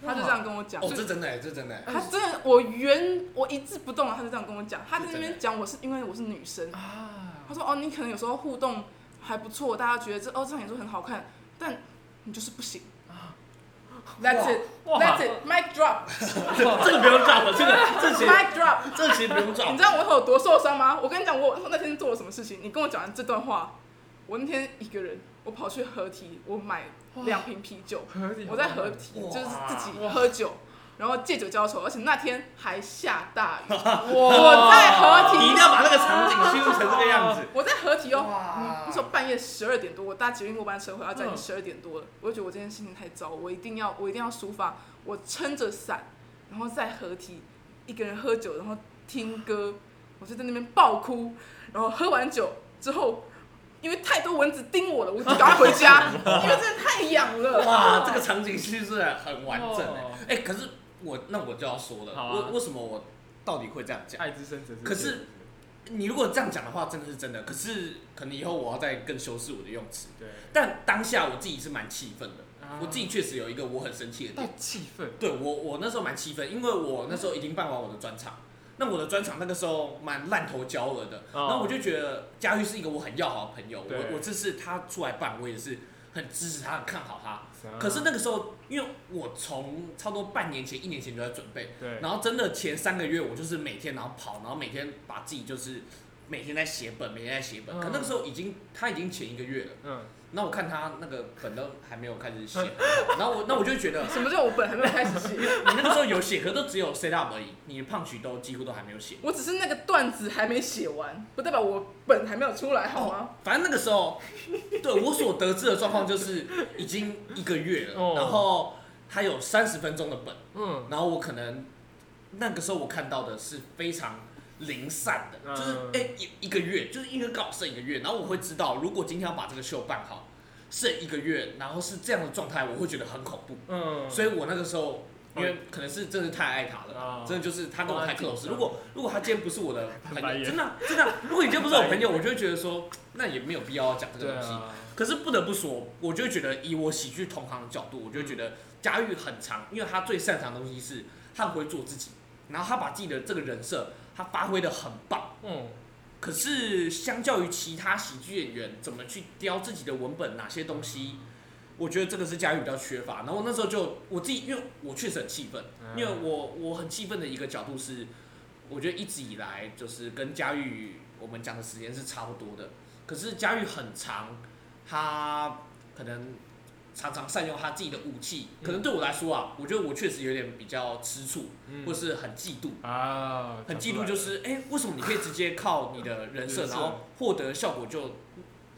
Speaker 3: 他就这样跟我讲，
Speaker 2: 哦这真的欸这真的 欸，
Speaker 3: 他真的我原我一字不动啊，他就这样跟我讲，他在那边讲我是因为我是女生，
Speaker 1: 啊，
Speaker 3: 他说哦，你可能有时候互动还不错，大家觉得这哦这场演出很好看，但你就是不行。That's it,
Speaker 1: 哇
Speaker 3: that's it, mic drop,
Speaker 2: 这个不用找了，这个这其实
Speaker 3: mic drop。
Speaker 2: 这其实不用
Speaker 3: 你
Speaker 2: 找
Speaker 3: 知。道我有多受伤吗？我跟你讲，我我那天做了什么事情？你跟我讲完这段话，我那天一个人，我跑去合体，我买两瓶啤酒，
Speaker 1: 合理，
Speaker 3: 我在合体
Speaker 2: 哇
Speaker 3: 就是自己
Speaker 1: 哇
Speaker 3: 喝酒，然后借酒浇愁，而且那天还下大雨。
Speaker 1: 哇
Speaker 3: 我在合体
Speaker 2: 你一定要把那个场景叙述成这个样 子。
Speaker 3: 我在合体哦，
Speaker 2: 哇
Speaker 3: 嗯那时候半夜十二点多，我搭捷运末班车回到家已经
Speaker 1: 嗯
Speaker 3: 十二点多了，我就觉得我今天心情太糟，我一定要我一定要抒发，我撑着伞，然后在合体一个人喝酒，然后听歌，我就在那边爆哭，然后喝完酒之后，因为太多蚊子叮我了，我就赶快 回家，因为真的太痒了。
Speaker 2: 哇，这个场景叙述得很完整哎、
Speaker 1: 哦
Speaker 2: 哎、可是我那我就要说了，
Speaker 1: 好啊
Speaker 2: 为、为什么我到底会这样讲？
Speaker 1: 爱之深责之切
Speaker 2: 可是你如果这样讲的话，真的是真的。可是可能以后我要再更修饰我的用词。
Speaker 1: 对，
Speaker 2: 但当下我自己是蛮气愤的，
Speaker 1: 啊
Speaker 2: 我自己确实有一个我很生气的
Speaker 1: 到
Speaker 2: 点。
Speaker 1: 气氛，
Speaker 2: 对我，我那时候蛮气愤，因为我那时候已经办完我的专场，那我的专场那个时候蛮烂头焦额的，
Speaker 1: 哦
Speaker 2: 然后我就觉得佳玉是一个我很要好的朋友，
Speaker 1: 对
Speaker 2: 我我这次他出来办，我也是很支持他，很看好他。
Speaker 1: 啊
Speaker 2: 可是那个时候，因为我从差不多半年前、一年前就在准备，
Speaker 1: 对，
Speaker 2: 然后真的前三个月，我就是每天然后跑，然后每天把自己就是每天在写本，每天在写本。可
Speaker 1: 嗯
Speaker 2: 那个时候已经他已经前一个月了，
Speaker 1: 嗯，
Speaker 2: 那我看他那个本都还没有开 始写，然后我那我就觉得
Speaker 3: 什么叫我本还没有开始写？
Speaker 2: 你那个时候有写，可都只有 set up 而已，你的胖曲都几乎都还没有写。
Speaker 3: 我只是那个段子还没写完，不代表我本还没有出来，好吗？
Speaker 2: 反正那个时候，对我所得知的状况就是已经一个月
Speaker 1: 哦
Speaker 2: 了，然后他有三十分钟的本，
Speaker 1: 嗯，
Speaker 2: 然后我可能那个时候我看到的是非常零散的，
Speaker 1: 嗯
Speaker 2: 就是哎一、一个月就是一个稿剩一个月，然后我会知道如果今天要把这个秀办好，剩一个月，然后是这样的状态，我会觉得很恐怖。
Speaker 1: 嗯，
Speaker 2: 所以我那个时候因为可能是真的太爱他了。
Speaker 1: 啊，
Speaker 2: 真的就是他跟我太 close，
Speaker 1: 嗯
Speaker 2: 如果如果他今天不 是我的朋
Speaker 1: 白
Speaker 2: 友，
Speaker 1: 眼
Speaker 2: 真的啊真的啊，如果你今天不是我 朋友，我就会觉得说，那也没有必要讲这个
Speaker 1: 对
Speaker 2: 东西。
Speaker 1: 啊，
Speaker 2: 可是不得不说，我就会觉得以我喜剧同行的角度，我就会觉得佳玉很长，因为他最擅长的东西是他很会做自己，然后他把自己的这个人设他发挥的很棒。
Speaker 1: 嗯，
Speaker 2: 可是相较于其他喜剧演员怎么去雕自己的文本，哪些东西我觉得这个是嘉义比较缺乏。然后我那时候就我自己，因为我确实很气愤，
Speaker 1: 嗯
Speaker 2: 因为我我很气愤的一个角度是，我觉得一直以来就是跟嘉义我们讲的时间是差不多的，可是嘉义很长，他可能常常善用他自己的武器，
Speaker 1: 嗯
Speaker 2: 可能对我来说啊，我觉得我确实有点比较吃醋，
Speaker 1: 嗯
Speaker 2: 或是很嫉妒。
Speaker 1: 啊，
Speaker 2: 很
Speaker 1: 讲出
Speaker 2: 嫉妒
Speaker 1: 来
Speaker 2: 就
Speaker 1: 了
Speaker 2: 是，哎、为什么你可以直接靠你的人设，
Speaker 1: 人设嗯
Speaker 2: 然后获得效果就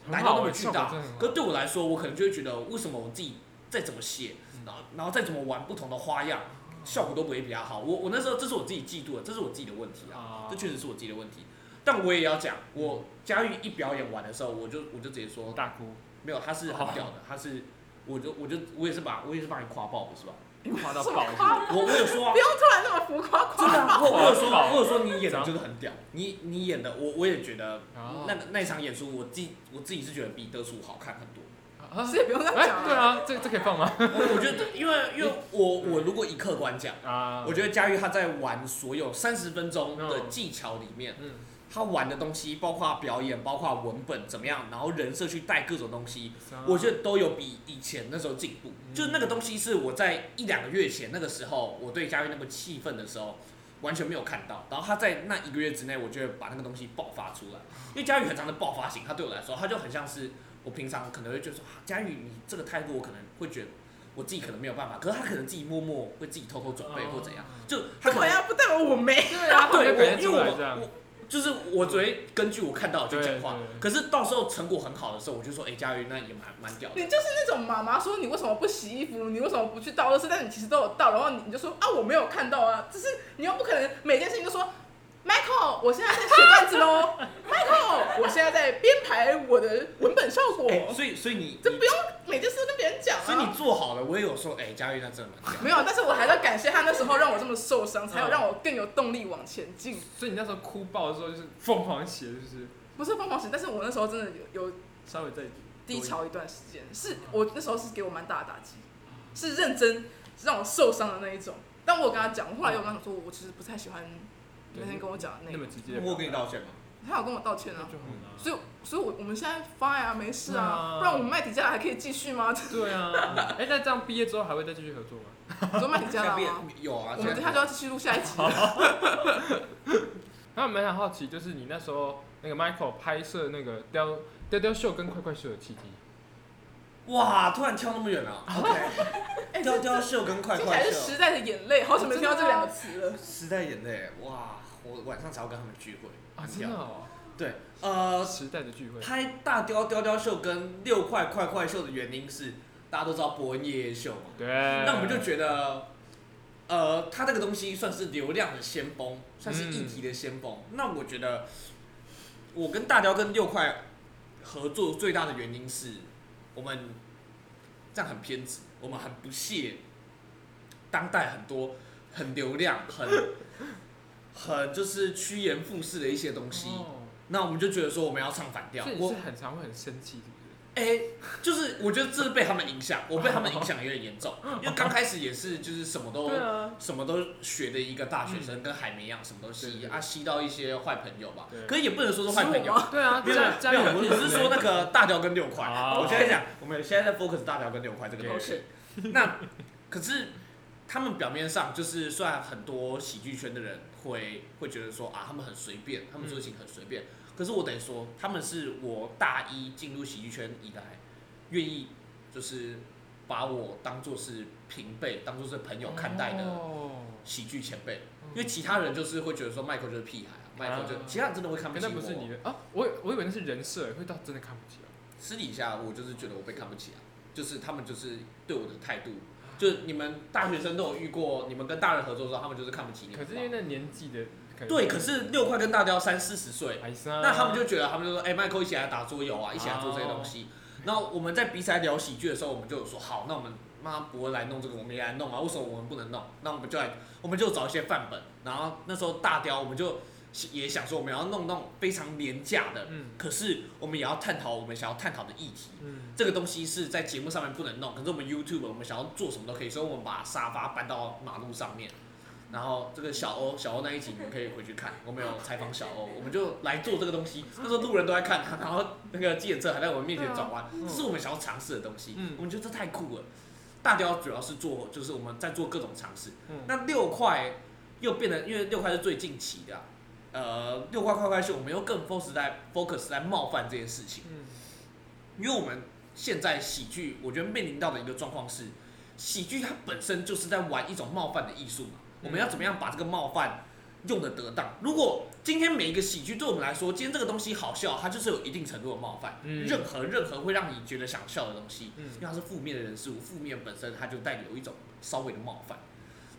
Speaker 1: 很
Speaker 2: 来到
Speaker 1: 好
Speaker 2: 那么
Speaker 1: 欸
Speaker 2: 巨
Speaker 1: 效果
Speaker 2: 大
Speaker 1: 真的很
Speaker 2: 可
Speaker 1: 好
Speaker 2: 对我来说，我可能就会觉得，为什么我自己再怎么写
Speaker 1: 嗯，
Speaker 2: 然后然后再怎么玩不同的花样，效果都不会比较好。我我那时候这是我自己嫉妒的，这是我自己的问题啊，
Speaker 1: 啊
Speaker 2: 这确实是我自己的问题。但我也要讲，我佳玉一表演完的时候，我就我就直接说，
Speaker 1: 大哭，
Speaker 2: 没有，他是很屌的，他是，我就我就我也是把我也是把你夸爆的是吧？
Speaker 1: 夸到
Speaker 3: 什
Speaker 1: 爆
Speaker 3: 么， 夸
Speaker 2: 我我有说啊
Speaker 3: 不，用突然那么浮夸
Speaker 2: 真的
Speaker 3: 夸。
Speaker 2: 啊，我我有说我有说你演的真的很屌，你你演的我我也觉得
Speaker 1: 啊
Speaker 2: 那个那一场演出，我自己我自己是觉得比德叔好看很多。
Speaker 1: 啊
Speaker 3: 所以不用这样
Speaker 1: 哎
Speaker 3: 讲，
Speaker 1: 对啊， 这这可以放吗？
Speaker 2: 我我觉得，因为因为我我如果以客观讲，
Speaker 1: 啊，
Speaker 2: 我觉得佳玉他在玩所有三十分钟的技巧里面，
Speaker 1: 嗯，
Speaker 2: 他玩的东西包括表演，包括文本怎么样，然后人设去带各种东西，
Speaker 1: 啊
Speaker 2: 我觉得都有比以前那时候进步。
Speaker 1: 嗯
Speaker 2: 就是那个东西是我在一两个月前那个时候，我对佳玉那么气愤的时候，完全没有看到。然后他在那一个月之内，我觉得把那个东西爆发出来。因为佳玉很常的爆发型，他对我来说，他就很像是我平常可能会觉得说，啊佳玉你这个态度，我可能会觉得我自己可能没有办法，可是他可能自己默默会自己偷偷准备或怎样，
Speaker 1: 哦
Speaker 2: 就他
Speaker 3: 怎
Speaker 2: 可
Speaker 3: 么
Speaker 2: 能
Speaker 3: 样不代表我没？
Speaker 1: 对 啊，
Speaker 2: 对
Speaker 1: 会
Speaker 2: 我，
Speaker 1: 感觉
Speaker 2: 因
Speaker 1: 出
Speaker 2: 为
Speaker 1: 来
Speaker 2: 我
Speaker 1: 这样
Speaker 2: 我就是我只会根据我看到的去讲话
Speaker 1: 对，对
Speaker 2: 可是到时候成果很好的时候，我就说，哎、佳玉那也蛮蛮屌的。
Speaker 3: 你就是那种妈妈说你为什么不洗衣服，你为什么不去倒垃圾，但你其实都有倒，然后你就说啊我没有看到啊，只是你又不可能每件事情都说 Michael，我现在在写段子喽，Michael，我现在在编排我的文本效果，
Speaker 2: 哎、所以所以你
Speaker 3: 啊这
Speaker 2: 你
Speaker 3: 不用每件事都跟别人讲
Speaker 2: 所以你
Speaker 3: 啊。
Speaker 2: 做好了，我也有说，哎、佳玉那真的蛮屌的。
Speaker 3: 没有，但是我还是要感谢他那时候让我这么受
Speaker 2: 嗯
Speaker 3: 伤，才有让我更有动力往前进。
Speaker 1: 所以你那时候哭爆的时候就是疯狂写，就是
Speaker 3: 不是疯狂时，但是我那时候真的有有
Speaker 1: 稍微再
Speaker 3: 低潮一段时间，是我那时候是给我蛮大的打击，是认真让我受伤的那一种。但我有跟他讲，我后来有跟他讲说，我其实不太喜欢你那天跟我讲的那
Speaker 1: 那么
Speaker 3: 个，
Speaker 1: 直接，
Speaker 2: 我跟你道歉吗？
Speaker 3: 他有跟我道歉啊。
Speaker 1: 就很难，
Speaker 3: 所以，所以我我们现在发呀，没事
Speaker 1: 啊
Speaker 3: 啊，不然我们卖底价还可以继续吗？
Speaker 1: 对啊，哎，那这样毕业之后还会再继续合作吗？
Speaker 3: 你说卖底
Speaker 2: 下
Speaker 3: 价
Speaker 2: 边
Speaker 3: 吗？
Speaker 2: 有啊，
Speaker 3: 我们等一下就要继续录下一集了。
Speaker 1: 然后蛮想好奇，就是你那时候那个 Michael 拍摄那个雕雕雕秀跟快快秀的契机，
Speaker 2: 哇，突然跳那么远啊！OK，
Speaker 3: 哎，
Speaker 2: 雕
Speaker 3: 这
Speaker 2: 雕
Speaker 3: 这
Speaker 2: 秀跟快
Speaker 3: 听起来
Speaker 2: 快
Speaker 3: 是
Speaker 2: 秀，
Speaker 3: 时代的眼泪，好久没听到这两个词了。
Speaker 2: 时代眼泪，哇！我晚上才要跟他们聚会
Speaker 1: 啊，真
Speaker 2: 很屌
Speaker 1: 的哦，
Speaker 2: 对，呃，
Speaker 1: 时代的聚会，
Speaker 2: 拍大雕雕雕秀跟六块快快秀的原因是，大家都知道伯恩夜夜秀嘛，
Speaker 1: 对，
Speaker 2: 那我们就觉得，呃，它这个东西算是流量的先锋，算是议题的先锋。
Speaker 1: 嗯
Speaker 2: 那我觉得，我跟大雕跟六块合作最大的原因是，我们这样很偏执，我们很不屑当代很多很流量、 很很就是趋炎附势的一些东西。
Speaker 1: 哦
Speaker 2: 那我们就觉得说我们要唱反调
Speaker 1: 所以，你
Speaker 2: 我
Speaker 1: 是很常会很生气，是不
Speaker 2: 哎、就是我觉得这是被他们影响，我被他们影响有点严重，因为刚开始也是就是什么都
Speaker 1: 哦是？对啊，
Speaker 2: 什么都学的一个大学生，跟海绵一样，什么都
Speaker 1: 对
Speaker 2: 吸
Speaker 1: 对
Speaker 2: 啊，吸到一些坏朋友吧
Speaker 1: 对。
Speaker 2: 可是也不能说是坏朋
Speaker 3: 是我
Speaker 2: 友，
Speaker 3: 吗
Speaker 1: 对啊，
Speaker 2: 没有
Speaker 1: 家家
Speaker 2: 没有，
Speaker 1: 里有
Speaker 2: 我
Speaker 1: 屁
Speaker 2: 只
Speaker 1: 事
Speaker 2: 是说那个大雕跟六块。
Speaker 1: 哦
Speaker 2: 我现在讲，我们现在在 focus 大雕跟六块这个东西。那可是他们表面上就是，虽然很多喜剧圈的人会会觉得说啊，他们很随便，
Speaker 1: 嗯
Speaker 2: 他们做事情很随便。可是我得说，他们是我大一进入喜剧圈以来，愿意就是把我当做是平辈，当做是朋友看待的
Speaker 1: 哦嗯
Speaker 2: 喜剧前辈，因为其他人就是会觉得说迈克就是屁孩啊，迈克就
Speaker 1: 啊
Speaker 2: 其他人真的会看不
Speaker 1: 可
Speaker 2: 起
Speaker 1: 那
Speaker 2: 我。
Speaker 1: 不是你的啊，我以我以为那是人设，会到真的看不起哦
Speaker 2: 私底下我就是觉得我被看不起啊，就是他们就是对我的态度，就是你们大学生都有遇过，你们跟大人合作的时候，他们就是看不起你
Speaker 1: 可
Speaker 2: 们吧。
Speaker 1: 是因为那年纪的，能
Speaker 2: 对，可是六块跟大雕三四十岁，
Speaker 1: 还是啊
Speaker 2: 那他们就觉得他们就说，哎、迈克一起来打桌游啊，一起来做这些东西。
Speaker 1: 啊
Speaker 2: 然后我们在比赛聊喜剧的时候，我们就有说，好，那我们妈不会来弄这个，我们也来弄啊，为什么我们不能弄？那我们就来，我们就找一些范本。然后那时候大雕，我们就也想说，我们要弄那种非常廉价的，
Speaker 1: 嗯
Speaker 2: 可是我们也要探讨我们想要探讨的议题。
Speaker 1: 嗯
Speaker 2: 这个东西是在节目上面不能弄，可是我们 YouTube 我们想要做什么都可以，所以我们把沙发搬到马路上面。然后这个小欧，小欧那一集你们可以回去看，我们有采访小欧，我们就来做这个东
Speaker 1: 嗯
Speaker 2: 西。那时候路人都在看他，然后那个记者车还在我们面前转弯，这是我们想要尝试的东西。
Speaker 1: 嗯
Speaker 2: 我们觉得这太酷了。大雕主要是做，就是我们在做各种尝试。
Speaker 1: 嗯
Speaker 2: 那六块又变得，因为六块是最近期的啊、呃，六块快快秀，我们又更 focus 在 focus 在冒犯这件事情。
Speaker 1: 嗯
Speaker 2: 因为我们现在喜剧，我觉得面临到的一个状况是，喜剧它本身就是在玩一种冒犯的艺术嘛。我们要怎么样把这个冒犯用的得当？如果今天每一个喜剧对我们来说，今天这个东西好笑，它就是有一定程度的冒犯，
Speaker 1: 嗯
Speaker 2: 任何任何会让你觉得想笑的东西，
Speaker 1: 嗯
Speaker 2: 因为它是负面的人事物，负面本身它就带有一种稍微的冒犯。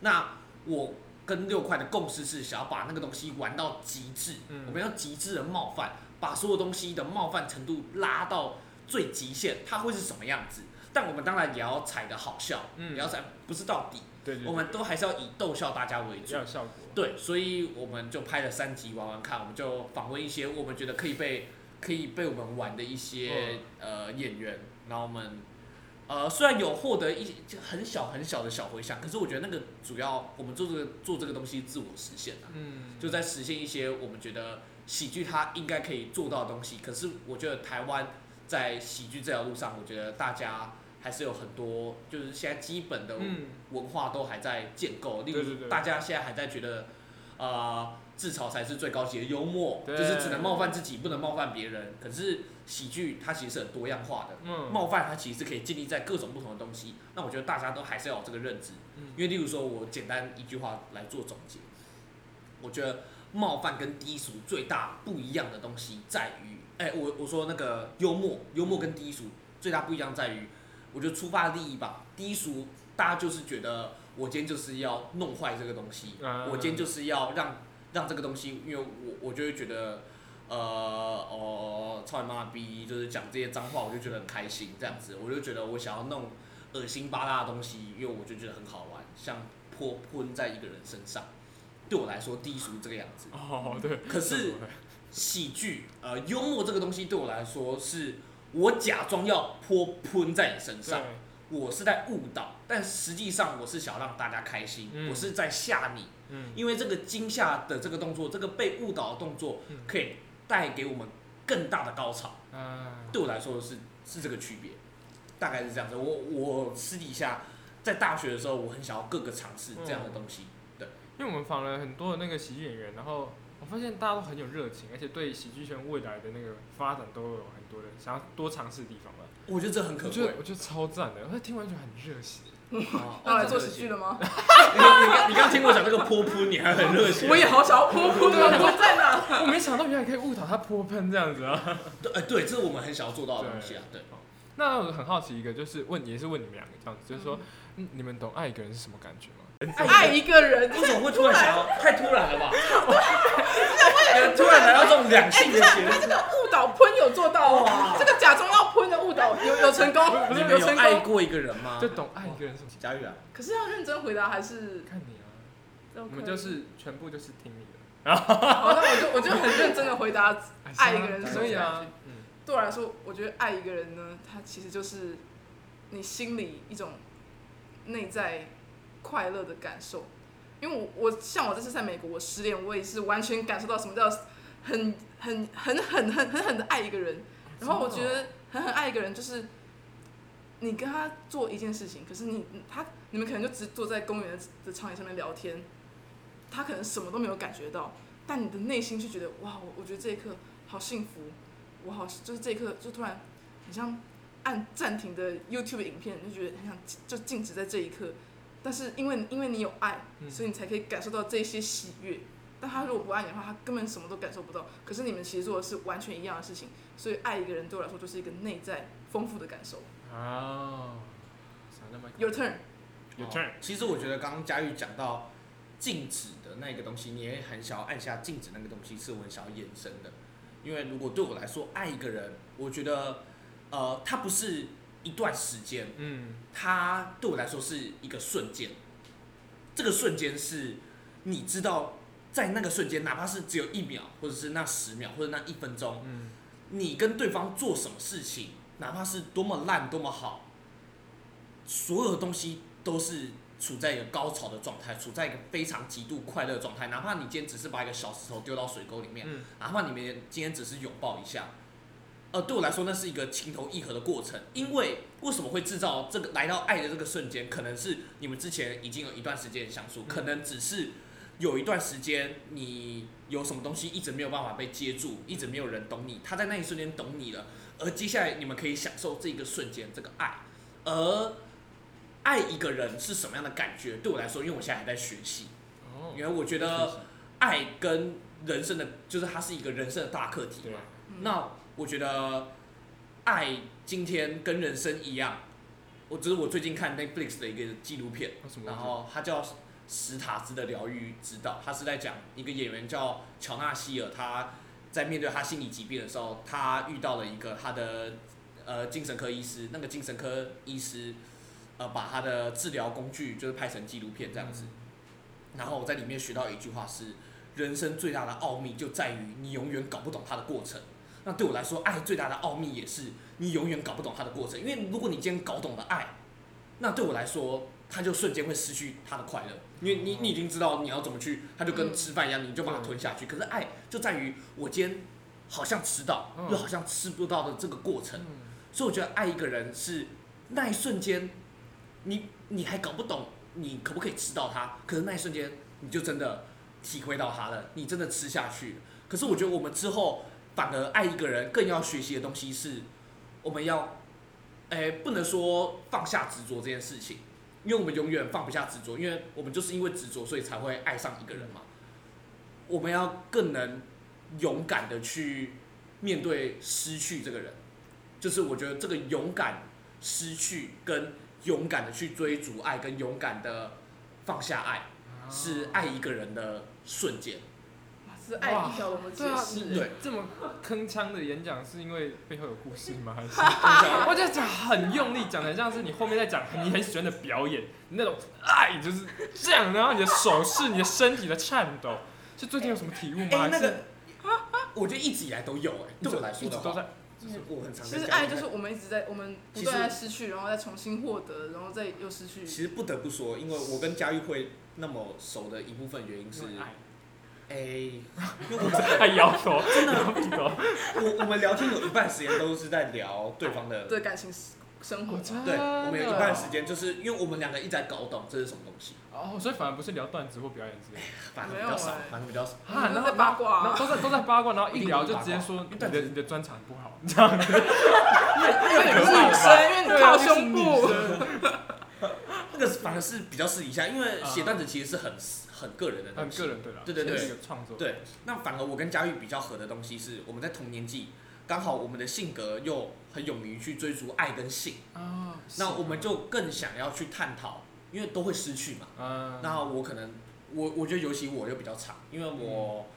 Speaker 2: 那我跟六块的共识是，想要把那个东西玩到极致，
Speaker 1: 嗯
Speaker 2: 我们要极致的冒犯，把所有东西的冒犯程度拉到最极限，它会是什么样子？但我们当然也要踩的好笑，
Speaker 1: 嗯
Speaker 2: 也要踩不是到底，
Speaker 1: 对对对
Speaker 2: 我们都还是要以逗笑大家为主
Speaker 1: 要。有效果。
Speaker 2: 对，所以我们就拍了三集玩玩看，我们就访问一些我们觉得可以被可以被我们玩的一
Speaker 1: 嗯
Speaker 2: 些、呃演员，然后我们呃虽然有获得一就很小很小的小回响，可是我觉得那个主要我们做这个做这个东西自我实现啊，
Speaker 1: 嗯，
Speaker 2: 就在实现一些我们觉得喜剧它应该可以做到的东西。可是我觉得台湾在喜剧这条路上，我觉得大家还是有很多就是现在基本的
Speaker 1: 嗯
Speaker 2: 文化都还在建构，例
Speaker 1: 对对
Speaker 2: 如
Speaker 1: 对
Speaker 2: 大家现在还在觉得，呃，自嘲才是最高级的幽默，就
Speaker 1: 对
Speaker 2: 是只能冒犯自己，不能冒犯别人。可是喜剧它其实是很多样化的，
Speaker 1: 嗯
Speaker 2: 冒犯它其实是可以建立在各种不同的东西。那我觉得大家都还是要有这个认知，
Speaker 1: 嗯
Speaker 2: 因为例如说我简单一句话来做总结，我觉得冒犯跟低俗最大不一样的东西在于，哎、我我说那个幽默，幽默跟低俗最大不一样在于，我觉得出发的利益吧，低俗大家就是觉得我今天就是要弄坏这个东西，
Speaker 1: 啊
Speaker 2: 我今天就是要让让这个东西，因为我我就会觉得。呃哦，操你妈逼！就是讲这些脏话，我就觉得很开心，这样子，我就觉得我想要弄恶心巴拉的东西，因为我就觉得很好玩，像泼喷在一个人身上，对我来说低俗这个样子。
Speaker 1: 哦对，
Speaker 2: 可是喜剧，呃，幽默这个东西对我来说是，我假装要泼喷在你身上，
Speaker 1: 对
Speaker 2: 我是在误导，但实际上我是想让大家开心，
Speaker 1: 嗯
Speaker 2: 我是在吓你，
Speaker 1: 嗯
Speaker 2: 因为这个惊吓的这个动作，这个被误导的动作
Speaker 1: 嗯，
Speaker 2: 可以带给我们更大的高潮。
Speaker 1: 啊
Speaker 2: 对我来说是是这个区别，大概是这样子。我我私底下在大学的时候，我很想要各个尝试这样的东西。
Speaker 1: 因为我们访了很多的那个喜剧演员，然后我发现大家都很有热情，而且对喜剧圈未来的那个发展都有很多的想要多尝试的地方吧。
Speaker 2: 我觉得这很可
Speaker 1: 嗯我
Speaker 2: 贵
Speaker 1: 觉得我觉得超赞的，我听完就很热血。
Speaker 2: 啊！
Speaker 3: 要来做喜剧了吗？
Speaker 2: 你刚你刚听我讲这个泼泼，你还很热血。
Speaker 3: 我也好想要扑扑的，我在哪？
Speaker 1: 我没想到原来可以误导他泼喷这样子啊！
Speaker 2: 对，哎，对，这是我们很想要做到的东西啊。对，
Speaker 1: 那我很好奇一个，就是问也是问你们两个这样子，就是说，嗯你们懂爱一个人是什么感觉吗？
Speaker 3: 爱一个人，
Speaker 2: 为什么会突然想要？太突然 了吧！突然来到这种两性的节
Speaker 3: 他哎这
Speaker 2: 目，
Speaker 3: 个误导喷有做到哦
Speaker 2: 哇，
Speaker 3: 这个假装要喷的误导有有成功，
Speaker 2: 你们有
Speaker 3: 有成
Speaker 2: 爱
Speaker 3: 功。
Speaker 2: 过一个人吗
Speaker 1: 就？懂爱一个人是什么？
Speaker 2: 佳玉啊，
Speaker 3: 可是要认真回答还是？
Speaker 1: 看你啊，我们就是全部就是听你的，
Speaker 3: 好，那我就我就很认真的回答。爱一个人是什
Speaker 1: 所
Speaker 3: 么
Speaker 1: 以啊
Speaker 3: 感觉，
Speaker 1: 嗯
Speaker 3: 对我来说，我觉得爱一个人呢，他其实就是你心里一种内在快乐的感受。因为我我像我这次在美国，我失恋，我也是完全感受到什么叫很很很很很很很的爱一个人。然后我觉得狠狠爱一个人就是，你跟他做一件事情，可是你他你们可能就只坐在公园的的长椅上面聊天，他可能什么都没有感觉到，但你的内心就觉得哇，我我觉得这一刻好幸福，我好就是这一刻就突然很像按暂停的 YouTube 影片，你就觉得很想就静止在这一刻。但是因为因为你有爱，
Speaker 1: 嗯
Speaker 3: 所以你才可以感受到这些喜悦。但他如果不爱你的话，他根本什么都感受不到。可是你们其实做的是完全一样的事情，所以爱一个人对我来说就是一个内在丰富的感受。
Speaker 1: 啊，想那么
Speaker 3: Your turn，
Speaker 1: Your turn
Speaker 2: 哦其实我觉得刚刚佳玉讲到静止的那个东西，你也很想要按下静止那个东西，是我很想要延伸的。因为如果对我来说，爱一个人，我觉得，呃，它不是一段时间，
Speaker 1: 嗯
Speaker 2: 它对我来说是一个瞬间。这个瞬间是，你知道，在那个瞬间，哪怕是只有一秒，或者是那十秒，或者那一分钟，
Speaker 1: 嗯
Speaker 2: 你跟对方做什么事情，哪怕是多么烂多么好，所有的东西都是处在一个高潮的状态，处在一个非常极度快乐的状态，哪怕你今天只是把一个小石头丢到水沟里面，
Speaker 1: 嗯
Speaker 2: 哪怕你们今天只是拥抱一下，呃，对我来说那是一个情投意合的过程，因为为什么会制造这个来到爱的这个瞬间，可能是你们之前已经有一段时间的相处，可能只是有一段时间你有什么东西一直没有办法被接住，一直没有人懂你，他在那一瞬间懂你了，而接下来你们可以享受这个瞬间这个爱，而爱一个人是什么样的感觉，对我来说，因为我现在还在学习，
Speaker 1: 哦
Speaker 2: 因为我觉得。爱跟人生的，就是它是一个人生的大课题
Speaker 1: 对
Speaker 2: 嘛。
Speaker 3: 嗯
Speaker 2: 那我觉得爱今天跟人生一样，我只是我最近看 Netflix 的一个纪录片，
Speaker 1: 那什么东西
Speaker 2: 然后它叫《史塔兹的疗愈指导》，它是在讲一个演员叫乔纳希尔，他在面对他心理疾病的时候，他遇到了一个他的呃精神科医师，那个精神科医师呃把他的治疗工具就是拍成纪录片这样子。然后我在里面学到一句话是：人生最大的奥秘就在于你永远搞不懂它的过程。那对我来说，爱最大的奥秘也是你永远搞不懂它的过程。因为如果你今天搞懂了爱，那对我来说，它就瞬间会失去它的快乐。因为你你已经知道你要怎么去，它就跟
Speaker 3: 嗯
Speaker 2: 吃饭一样，你就把它吞下去。可是爱就在于我今天好像吃到，
Speaker 1: 嗯
Speaker 2: 又好像吃不到的这个过程。
Speaker 1: 嗯
Speaker 2: 所以我觉得爱一个人是那一瞬间，你你还搞不懂你可不可以吃到它，可是那一瞬间你就真的体会到它了，你真的吃下去了。可是我觉得我们之后反而爱一个人更要学习的东西是，我们要，哎、不能说放下执着这件事情，因为我们永远放不下执着，因为我们就是因为执着，所以才会爱上一个人嘛。我们要更能勇敢的去面对失去这个人，就是我觉得这个勇敢失去跟勇敢的去追逐爱，跟勇敢的放下爱，
Speaker 1: 啊
Speaker 2: 是爱一个人的瞬 间。
Speaker 3: 哇这是爱
Speaker 1: 哇
Speaker 3: 一条龙的解
Speaker 1: 对啊，
Speaker 3: 释
Speaker 1: 你
Speaker 3: 欸。
Speaker 1: 你
Speaker 2: 对
Speaker 1: 这么铿锵的演讲是因为背后有故事吗？还是
Speaker 2: 我
Speaker 1: 我就讲很用力，讲的像是你后面在讲你很喜欢的表演，你那种爱就是这样，然后你的手势、你的身体的颤抖，是最近有什么体悟吗？
Speaker 2: 哎、那
Speaker 1: 还是
Speaker 2: 个， 我觉得一直以来都有哎、
Speaker 1: 一直
Speaker 2: 对我来说
Speaker 1: 一直
Speaker 2: 的
Speaker 1: 都
Speaker 2: 话，
Speaker 1: 在，
Speaker 2: 就是我很常
Speaker 3: 其
Speaker 2: 在
Speaker 3: 实
Speaker 2: 家
Speaker 3: 爱
Speaker 2: 里
Speaker 3: 就是
Speaker 2: 看
Speaker 3: 我们一直在，我们不断在失去，然后再重新获得，然后再又失去。
Speaker 2: 其实不得不说，因为我跟佳玉会那么熟的一部分原因是，
Speaker 1: 爱，
Speaker 2: 哎、因为我们
Speaker 1: 还摇头，真的摇头，
Speaker 2: 我我们聊天有一半时间都是在聊对方的
Speaker 3: 对感情生活
Speaker 1: 哦，真的
Speaker 2: 对，我们有一半时间就是因为我们两个一直在搞懂这是什么东西，
Speaker 1: 哦，所以反而不是聊段子或表演之类的。
Speaker 2: 反正比较少
Speaker 3: 没有欸，
Speaker 2: 反正比较少。
Speaker 1: 啊，
Speaker 3: 你
Speaker 1: 然
Speaker 3: 们
Speaker 1: 后
Speaker 3: 在八卦啊
Speaker 1: 然后都在都在八卦，然后一聊就直接说你的你的专场不好，这样子，
Speaker 3: 因为你是女生，因为你靠胸部。
Speaker 1: 部，
Speaker 2: 那个反而是比较私底下，因为写段子其实是很很个人的
Speaker 1: 很
Speaker 2: 东西。
Speaker 1: 个人对吧？
Speaker 2: 对对对
Speaker 1: 是一个创作，
Speaker 2: 对，那反而我跟佳玉比较合的东西是，我们在同年纪，刚好我们的性格又很勇于去追逐爱跟性，
Speaker 1: 啊，
Speaker 2: 那我们就更想要去探讨，因为都会失去嘛。
Speaker 1: 嗯，
Speaker 2: 那我可能我我觉得尤其我就比较长，因为我、
Speaker 3: 嗯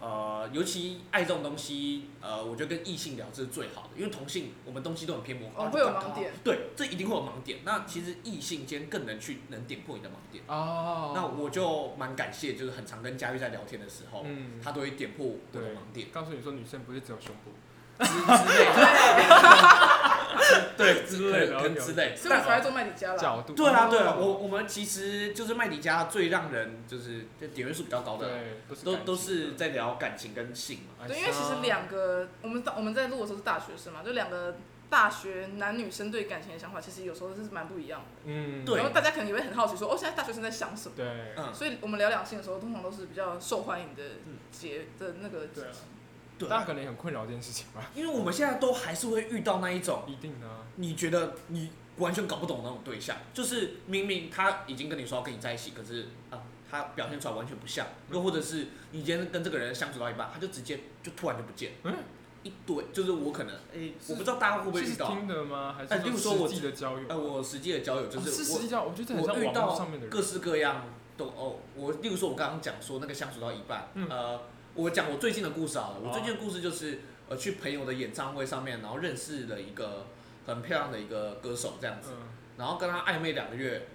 Speaker 2: 呃尤其爱这种东西，呃，我觉得跟异性聊这是最好的，因为同性我们东西都很偏颇，
Speaker 3: 哦
Speaker 2: 啊
Speaker 3: 会有
Speaker 2: 就干
Speaker 3: 盲
Speaker 2: 嘛
Speaker 3: 点
Speaker 2: 对，这一定会有盲点。那其实异性间更能去能点破你的盲点。
Speaker 1: 哦，
Speaker 2: 那我就蛮感谢，就是很常跟佳玉在聊天的时候，
Speaker 1: 嗯，
Speaker 2: 他都会点破我的
Speaker 1: 对
Speaker 2: 盲点
Speaker 1: 告诉你说女生不是只有胸部，
Speaker 2: 之之类
Speaker 1: 啊
Speaker 2: 的，对之类
Speaker 1: 对
Speaker 2: 的
Speaker 1: 了
Speaker 2: 跟
Speaker 1: 解
Speaker 2: 之类的，
Speaker 3: 所以我才会做麦迪家啦。
Speaker 1: 角度，
Speaker 2: 对啊，对啊，我
Speaker 1: 哦
Speaker 2: 我们其实就是麦迪家最让人就是就点阅数比较高的，
Speaker 1: 对，都是
Speaker 2: 都
Speaker 1: 感
Speaker 2: 都
Speaker 1: 情
Speaker 2: 是在聊感情跟性嘛。
Speaker 1: 的
Speaker 3: 对，因为其实两个我们我们在录的时候是大学生嘛，就两个大学男女生对感情的想法，其实有时候是蛮不一样的。
Speaker 1: 嗯，
Speaker 2: 对
Speaker 3: 然后大家可能也会很好奇说，哦，现在大学生在想什么？
Speaker 1: 对，
Speaker 2: 嗯，
Speaker 3: 所以我们聊两性的时候，通常都是比较受欢迎的节的那个
Speaker 1: 对啊
Speaker 2: 对
Speaker 1: 大家
Speaker 2: 啊，
Speaker 1: 可能也很困扰这件事情吧，
Speaker 2: 因为我们现在都还是会遇到那一种
Speaker 1: 一定的啊，
Speaker 2: 你觉得你完全搞不懂的那种对象，就是明明他已经跟你说要跟你在一起，可是啊，他表现出来完全不像，
Speaker 1: 嗯
Speaker 2: 又或者是你今天跟这个人相处到一半，他就直接就突然就不见，
Speaker 1: 嗯，哎
Speaker 2: 一堆就是我可能诶、
Speaker 1: 是
Speaker 2: 我不知道大家会不会
Speaker 1: 是
Speaker 2: 遇到，
Speaker 1: 听的吗？还
Speaker 2: 哎例如
Speaker 1: 是
Speaker 2: 说我
Speaker 1: 实际的交友？
Speaker 2: 呃，我实际的交友就
Speaker 1: 哦是
Speaker 2: 是我
Speaker 1: 实际交友，我觉得这很
Speaker 2: 我
Speaker 1: 像
Speaker 2: 遇
Speaker 1: 网络
Speaker 2: 到
Speaker 1: 上面的人，
Speaker 2: 各式各样都哦，我例如说，我刚刚讲说那个相处到一半，
Speaker 1: 嗯
Speaker 2: 呃，我讲我最近的故事好了，我
Speaker 1: 好啊
Speaker 2: 最近的故事就是呃去朋友的演唱会上面，然后认识了一个很漂亮的一个歌手这样子，
Speaker 1: 嗯，
Speaker 2: 然后跟他暧昧两个月，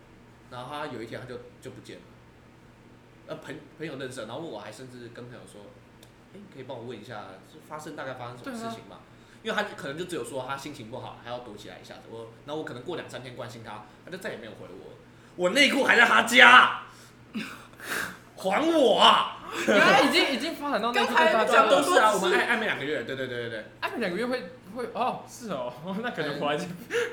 Speaker 2: 然后他有一天他就就不见了，呃朋朋友认识了，然后我还甚至跟朋友说，哎、你可以帮我问一下，是发生大概发生什么事情吗？因为他可能就只有说他心情不好，还要躲起来一下子。我，然后我可能过两三天关心他，他就再也没有回我。我内裤还在他家，还我啊！
Speaker 1: 原来 已经已经发展到那
Speaker 3: 刚才
Speaker 1: 大
Speaker 3: 对讲
Speaker 1: 家
Speaker 3: 得
Speaker 2: 都
Speaker 1: 都
Speaker 2: 是啊，
Speaker 3: 多
Speaker 2: 我
Speaker 3: 次
Speaker 2: 们暧暧昧两个月，对对对对对，
Speaker 1: 暧昧啊两个月会会哦，是哦， 那可能我还是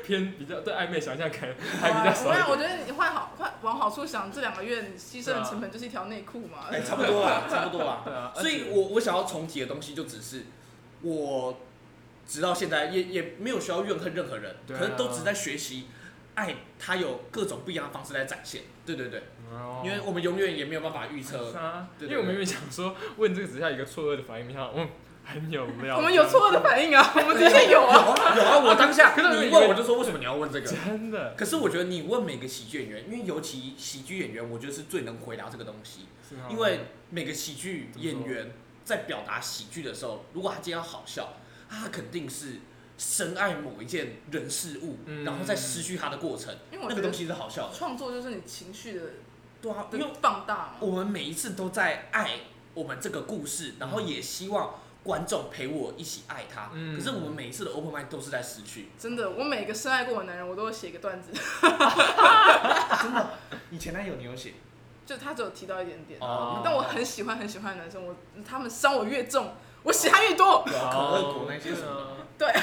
Speaker 1: 偏比较对暧昧想象可能还比较少
Speaker 3: 我想，
Speaker 1: 一
Speaker 3: 我
Speaker 1: 点。
Speaker 3: 觉得你换好换往好处想，这两个月你牺牲的成本就是一条内裤嘛。
Speaker 2: 啊哎，差不多啦，差不多 啦。
Speaker 1: 对啊，而
Speaker 2: 所以
Speaker 1: 且
Speaker 2: 我我想要重提的东西就只是，我直到现在也也没有需要怨恨任何人，
Speaker 1: 对啊
Speaker 2: 可能都只是在学习爱，它有各种不一样的方式来展现。对对对，
Speaker 1: 哦
Speaker 2: 因为我们永远也没有办法预
Speaker 1: 是
Speaker 2: 测。
Speaker 1: 啊，
Speaker 2: 对对对
Speaker 1: 因为我们原本想说问这个只是要一个错愕的反应，没想到嗯很有 料。
Speaker 3: 我们有错，的反应啊，我们的确有啊。
Speaker 2: 有啊，我当下
Speaker 1: 可是我以为
Speaker 2: 你问我就说为什么你要问 这个？
Speaker 1: 真的
Speaker 2: 可是我觉得你问每个喜剧演员，因为尤其喜剧演员，我觉得是最能回答这个东西。
Speaker 1: 是吗
Speaker 2: 因为每个喜剧演员在表达喜剧的时候，如果他今天要好笑，他肯定是深爱某一件人事物，
Speaker 1: 嗯
Speaker 2: 然后再失去它的过程，
Speaker 3: 因为嗯
Speaker 2: 啊
Speaker 3: 我
Speaker 2: 那
Speaker 3: 觉
Speaker 2: 个
Speaker 3: 得
Speaker 2: 东西是好笑的。
Speaker 3: 创作就是你情绪的
Speaker 2: 对啊，因为
Speaker 3: 的放大嘛。
Speaker 2: 我们每一次都在爱我们这个故事，然后也希望观众陪我一起爱它。
Speaker 1: 嗯
Speaker 2: 可是我们每一次的 open mind 都是在失去。
Speaker 3: 真的，我每个深爱过的男人，我都会写一个段子，
Speaker 2: 你前男友你有写
Speaker 3: 就他只有提到一点点。
Speaker 2: 哦
Speaker 3: 但我很喜欢很喜欢的男生，我他们伤我越重，我喜他越多。
Speaker 2: 可乐果那些什么？
Speaker 1: 么。
Speaker 2: 对对对。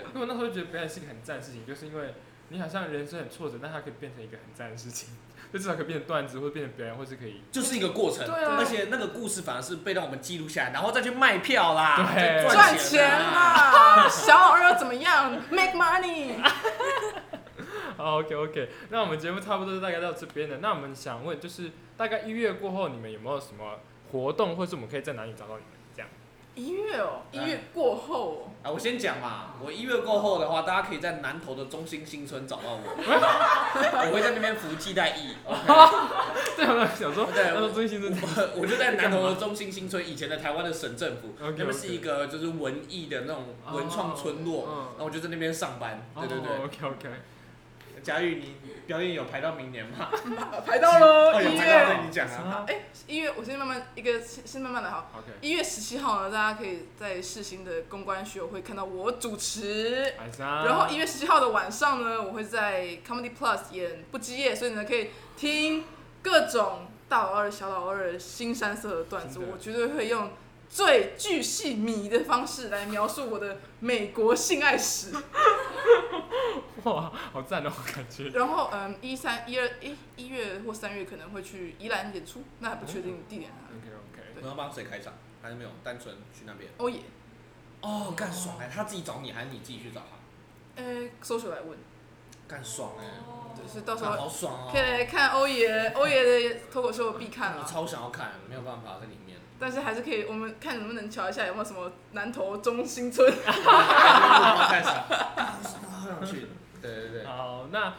Speaker 1: 啊因为我那时候觉得表演是一个很赞的事情，就是因为你好像人生很挫折，但它可以变成一个很赞的事情，就至少可以变成段子，或者变成表演，或是可以。
Speaker 2: 就是一个过程，
Speaker 3: 对啊
Speaker 2: 而且那个故事反而是被让我们记录下来，然后再去卖票啦，
Speaker 1: 对
Speaker 2: 再
Speaker 3: 赚
Speaker 2: 钱啊
Speaker 3: 钱
Speaker 2: 啦。
Speaker 3: 啦，小老二要怎么样？Make money。
Speaker 1: 好，OK OK，那我们节目差不多就大概到这边了。那我们想问，就是大概一月过后，你们有没有什么活动，或是我们可以在哪里找到你们？ 这样。
Speaker 3: 一月哦，一月过后哦，
Speaker 2: 啊，我先讲嘛，我一月过后的话，大家可以在南投的中心新村找到我， 我会在那边服替代役。
Speaker 1: 对，我想说，
Speaker 2: 对
Speaker 1: 那时候真心真的。
Speaker 2: 我我就在南投的中心新村，以前的台湾的省政府，
Speaker 1: OK，OK
Speaker 2: 那边是一个就是文艺的那种文创村落，
Speaker 1: 哦
Speaker 2: 然后我就在那边上班。对对对，
Speaker 1: ，OK OK，
Speaker 2: 佳玉，你表演有排到明年吗？
Speaker 3: 排到喽，
Speaker 2: 哦有
Speaker 3: 一
Speaker 2: 排到，
Speaker 3: 月。
Speaker 2: 对你讲
Speaker 1: 啊
Speaker 2: 啊。
Speaker 3: 哎，一月，我先慢慢一个，先先慢慢来哈。
Speaker 1: ，OK，
Speaker 3: 一月十七号呢，大家可以在世新的公关学友会看到我主持。
Speaker 1: 晚上。
Speaker 3: 然后一月十七号的晚上呢，我会在 Comedy Plus 演不羁夜，所以呢可以听各种大老二、小老二、新山色的段子，
Speaker 1: 真的
Speaker 3: 我绝对会用最巨细靡的方式来描述我的美国性爱史。
Speaker 1: 哇，好赞哦，感觉。
Speaker 3: 然后嗯，一三一二一一月或三月可能会去宜兰演出，那还不确定地点啊。
Speaker 1: OK OK，
Speaker 2: 我要帮谁开场？还是没有？单纯去那边？
Speaker 3: 欧耶，
Speaker 2: 哦，干爽哎、他自己找你，还是你自己去找他？
Speaker 3: 呃，搜索来问，
Speaker 2: 干爽哎、
Speaker 3: 对，所以到时
Speaker 2: 干
Speaker 3: 候
Speaker 2: 好爽哦、
Speaker 3: 可以来看欧爷，欧爷的脱口秀必看
Speaker 2: 我
Speaker 3: 啊。
Speaker 2: 超想要看，没有办法在里面。
Speaker 3: 但是还是可以，我们看能不能瞧一下有没有什么南投中心村。
Speaker 2: 干爽，好想去。对对对。
Speaker 1: 好，那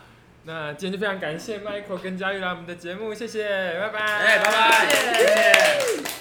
Speaker 1: 那今天就非常感谢 Michael 跟佳玉来我们的节目，谢谢，拜拜，
Speaker 2: 哎哎，拜拜，
Speaker 3: 谢
Speaker 2: 谢谢。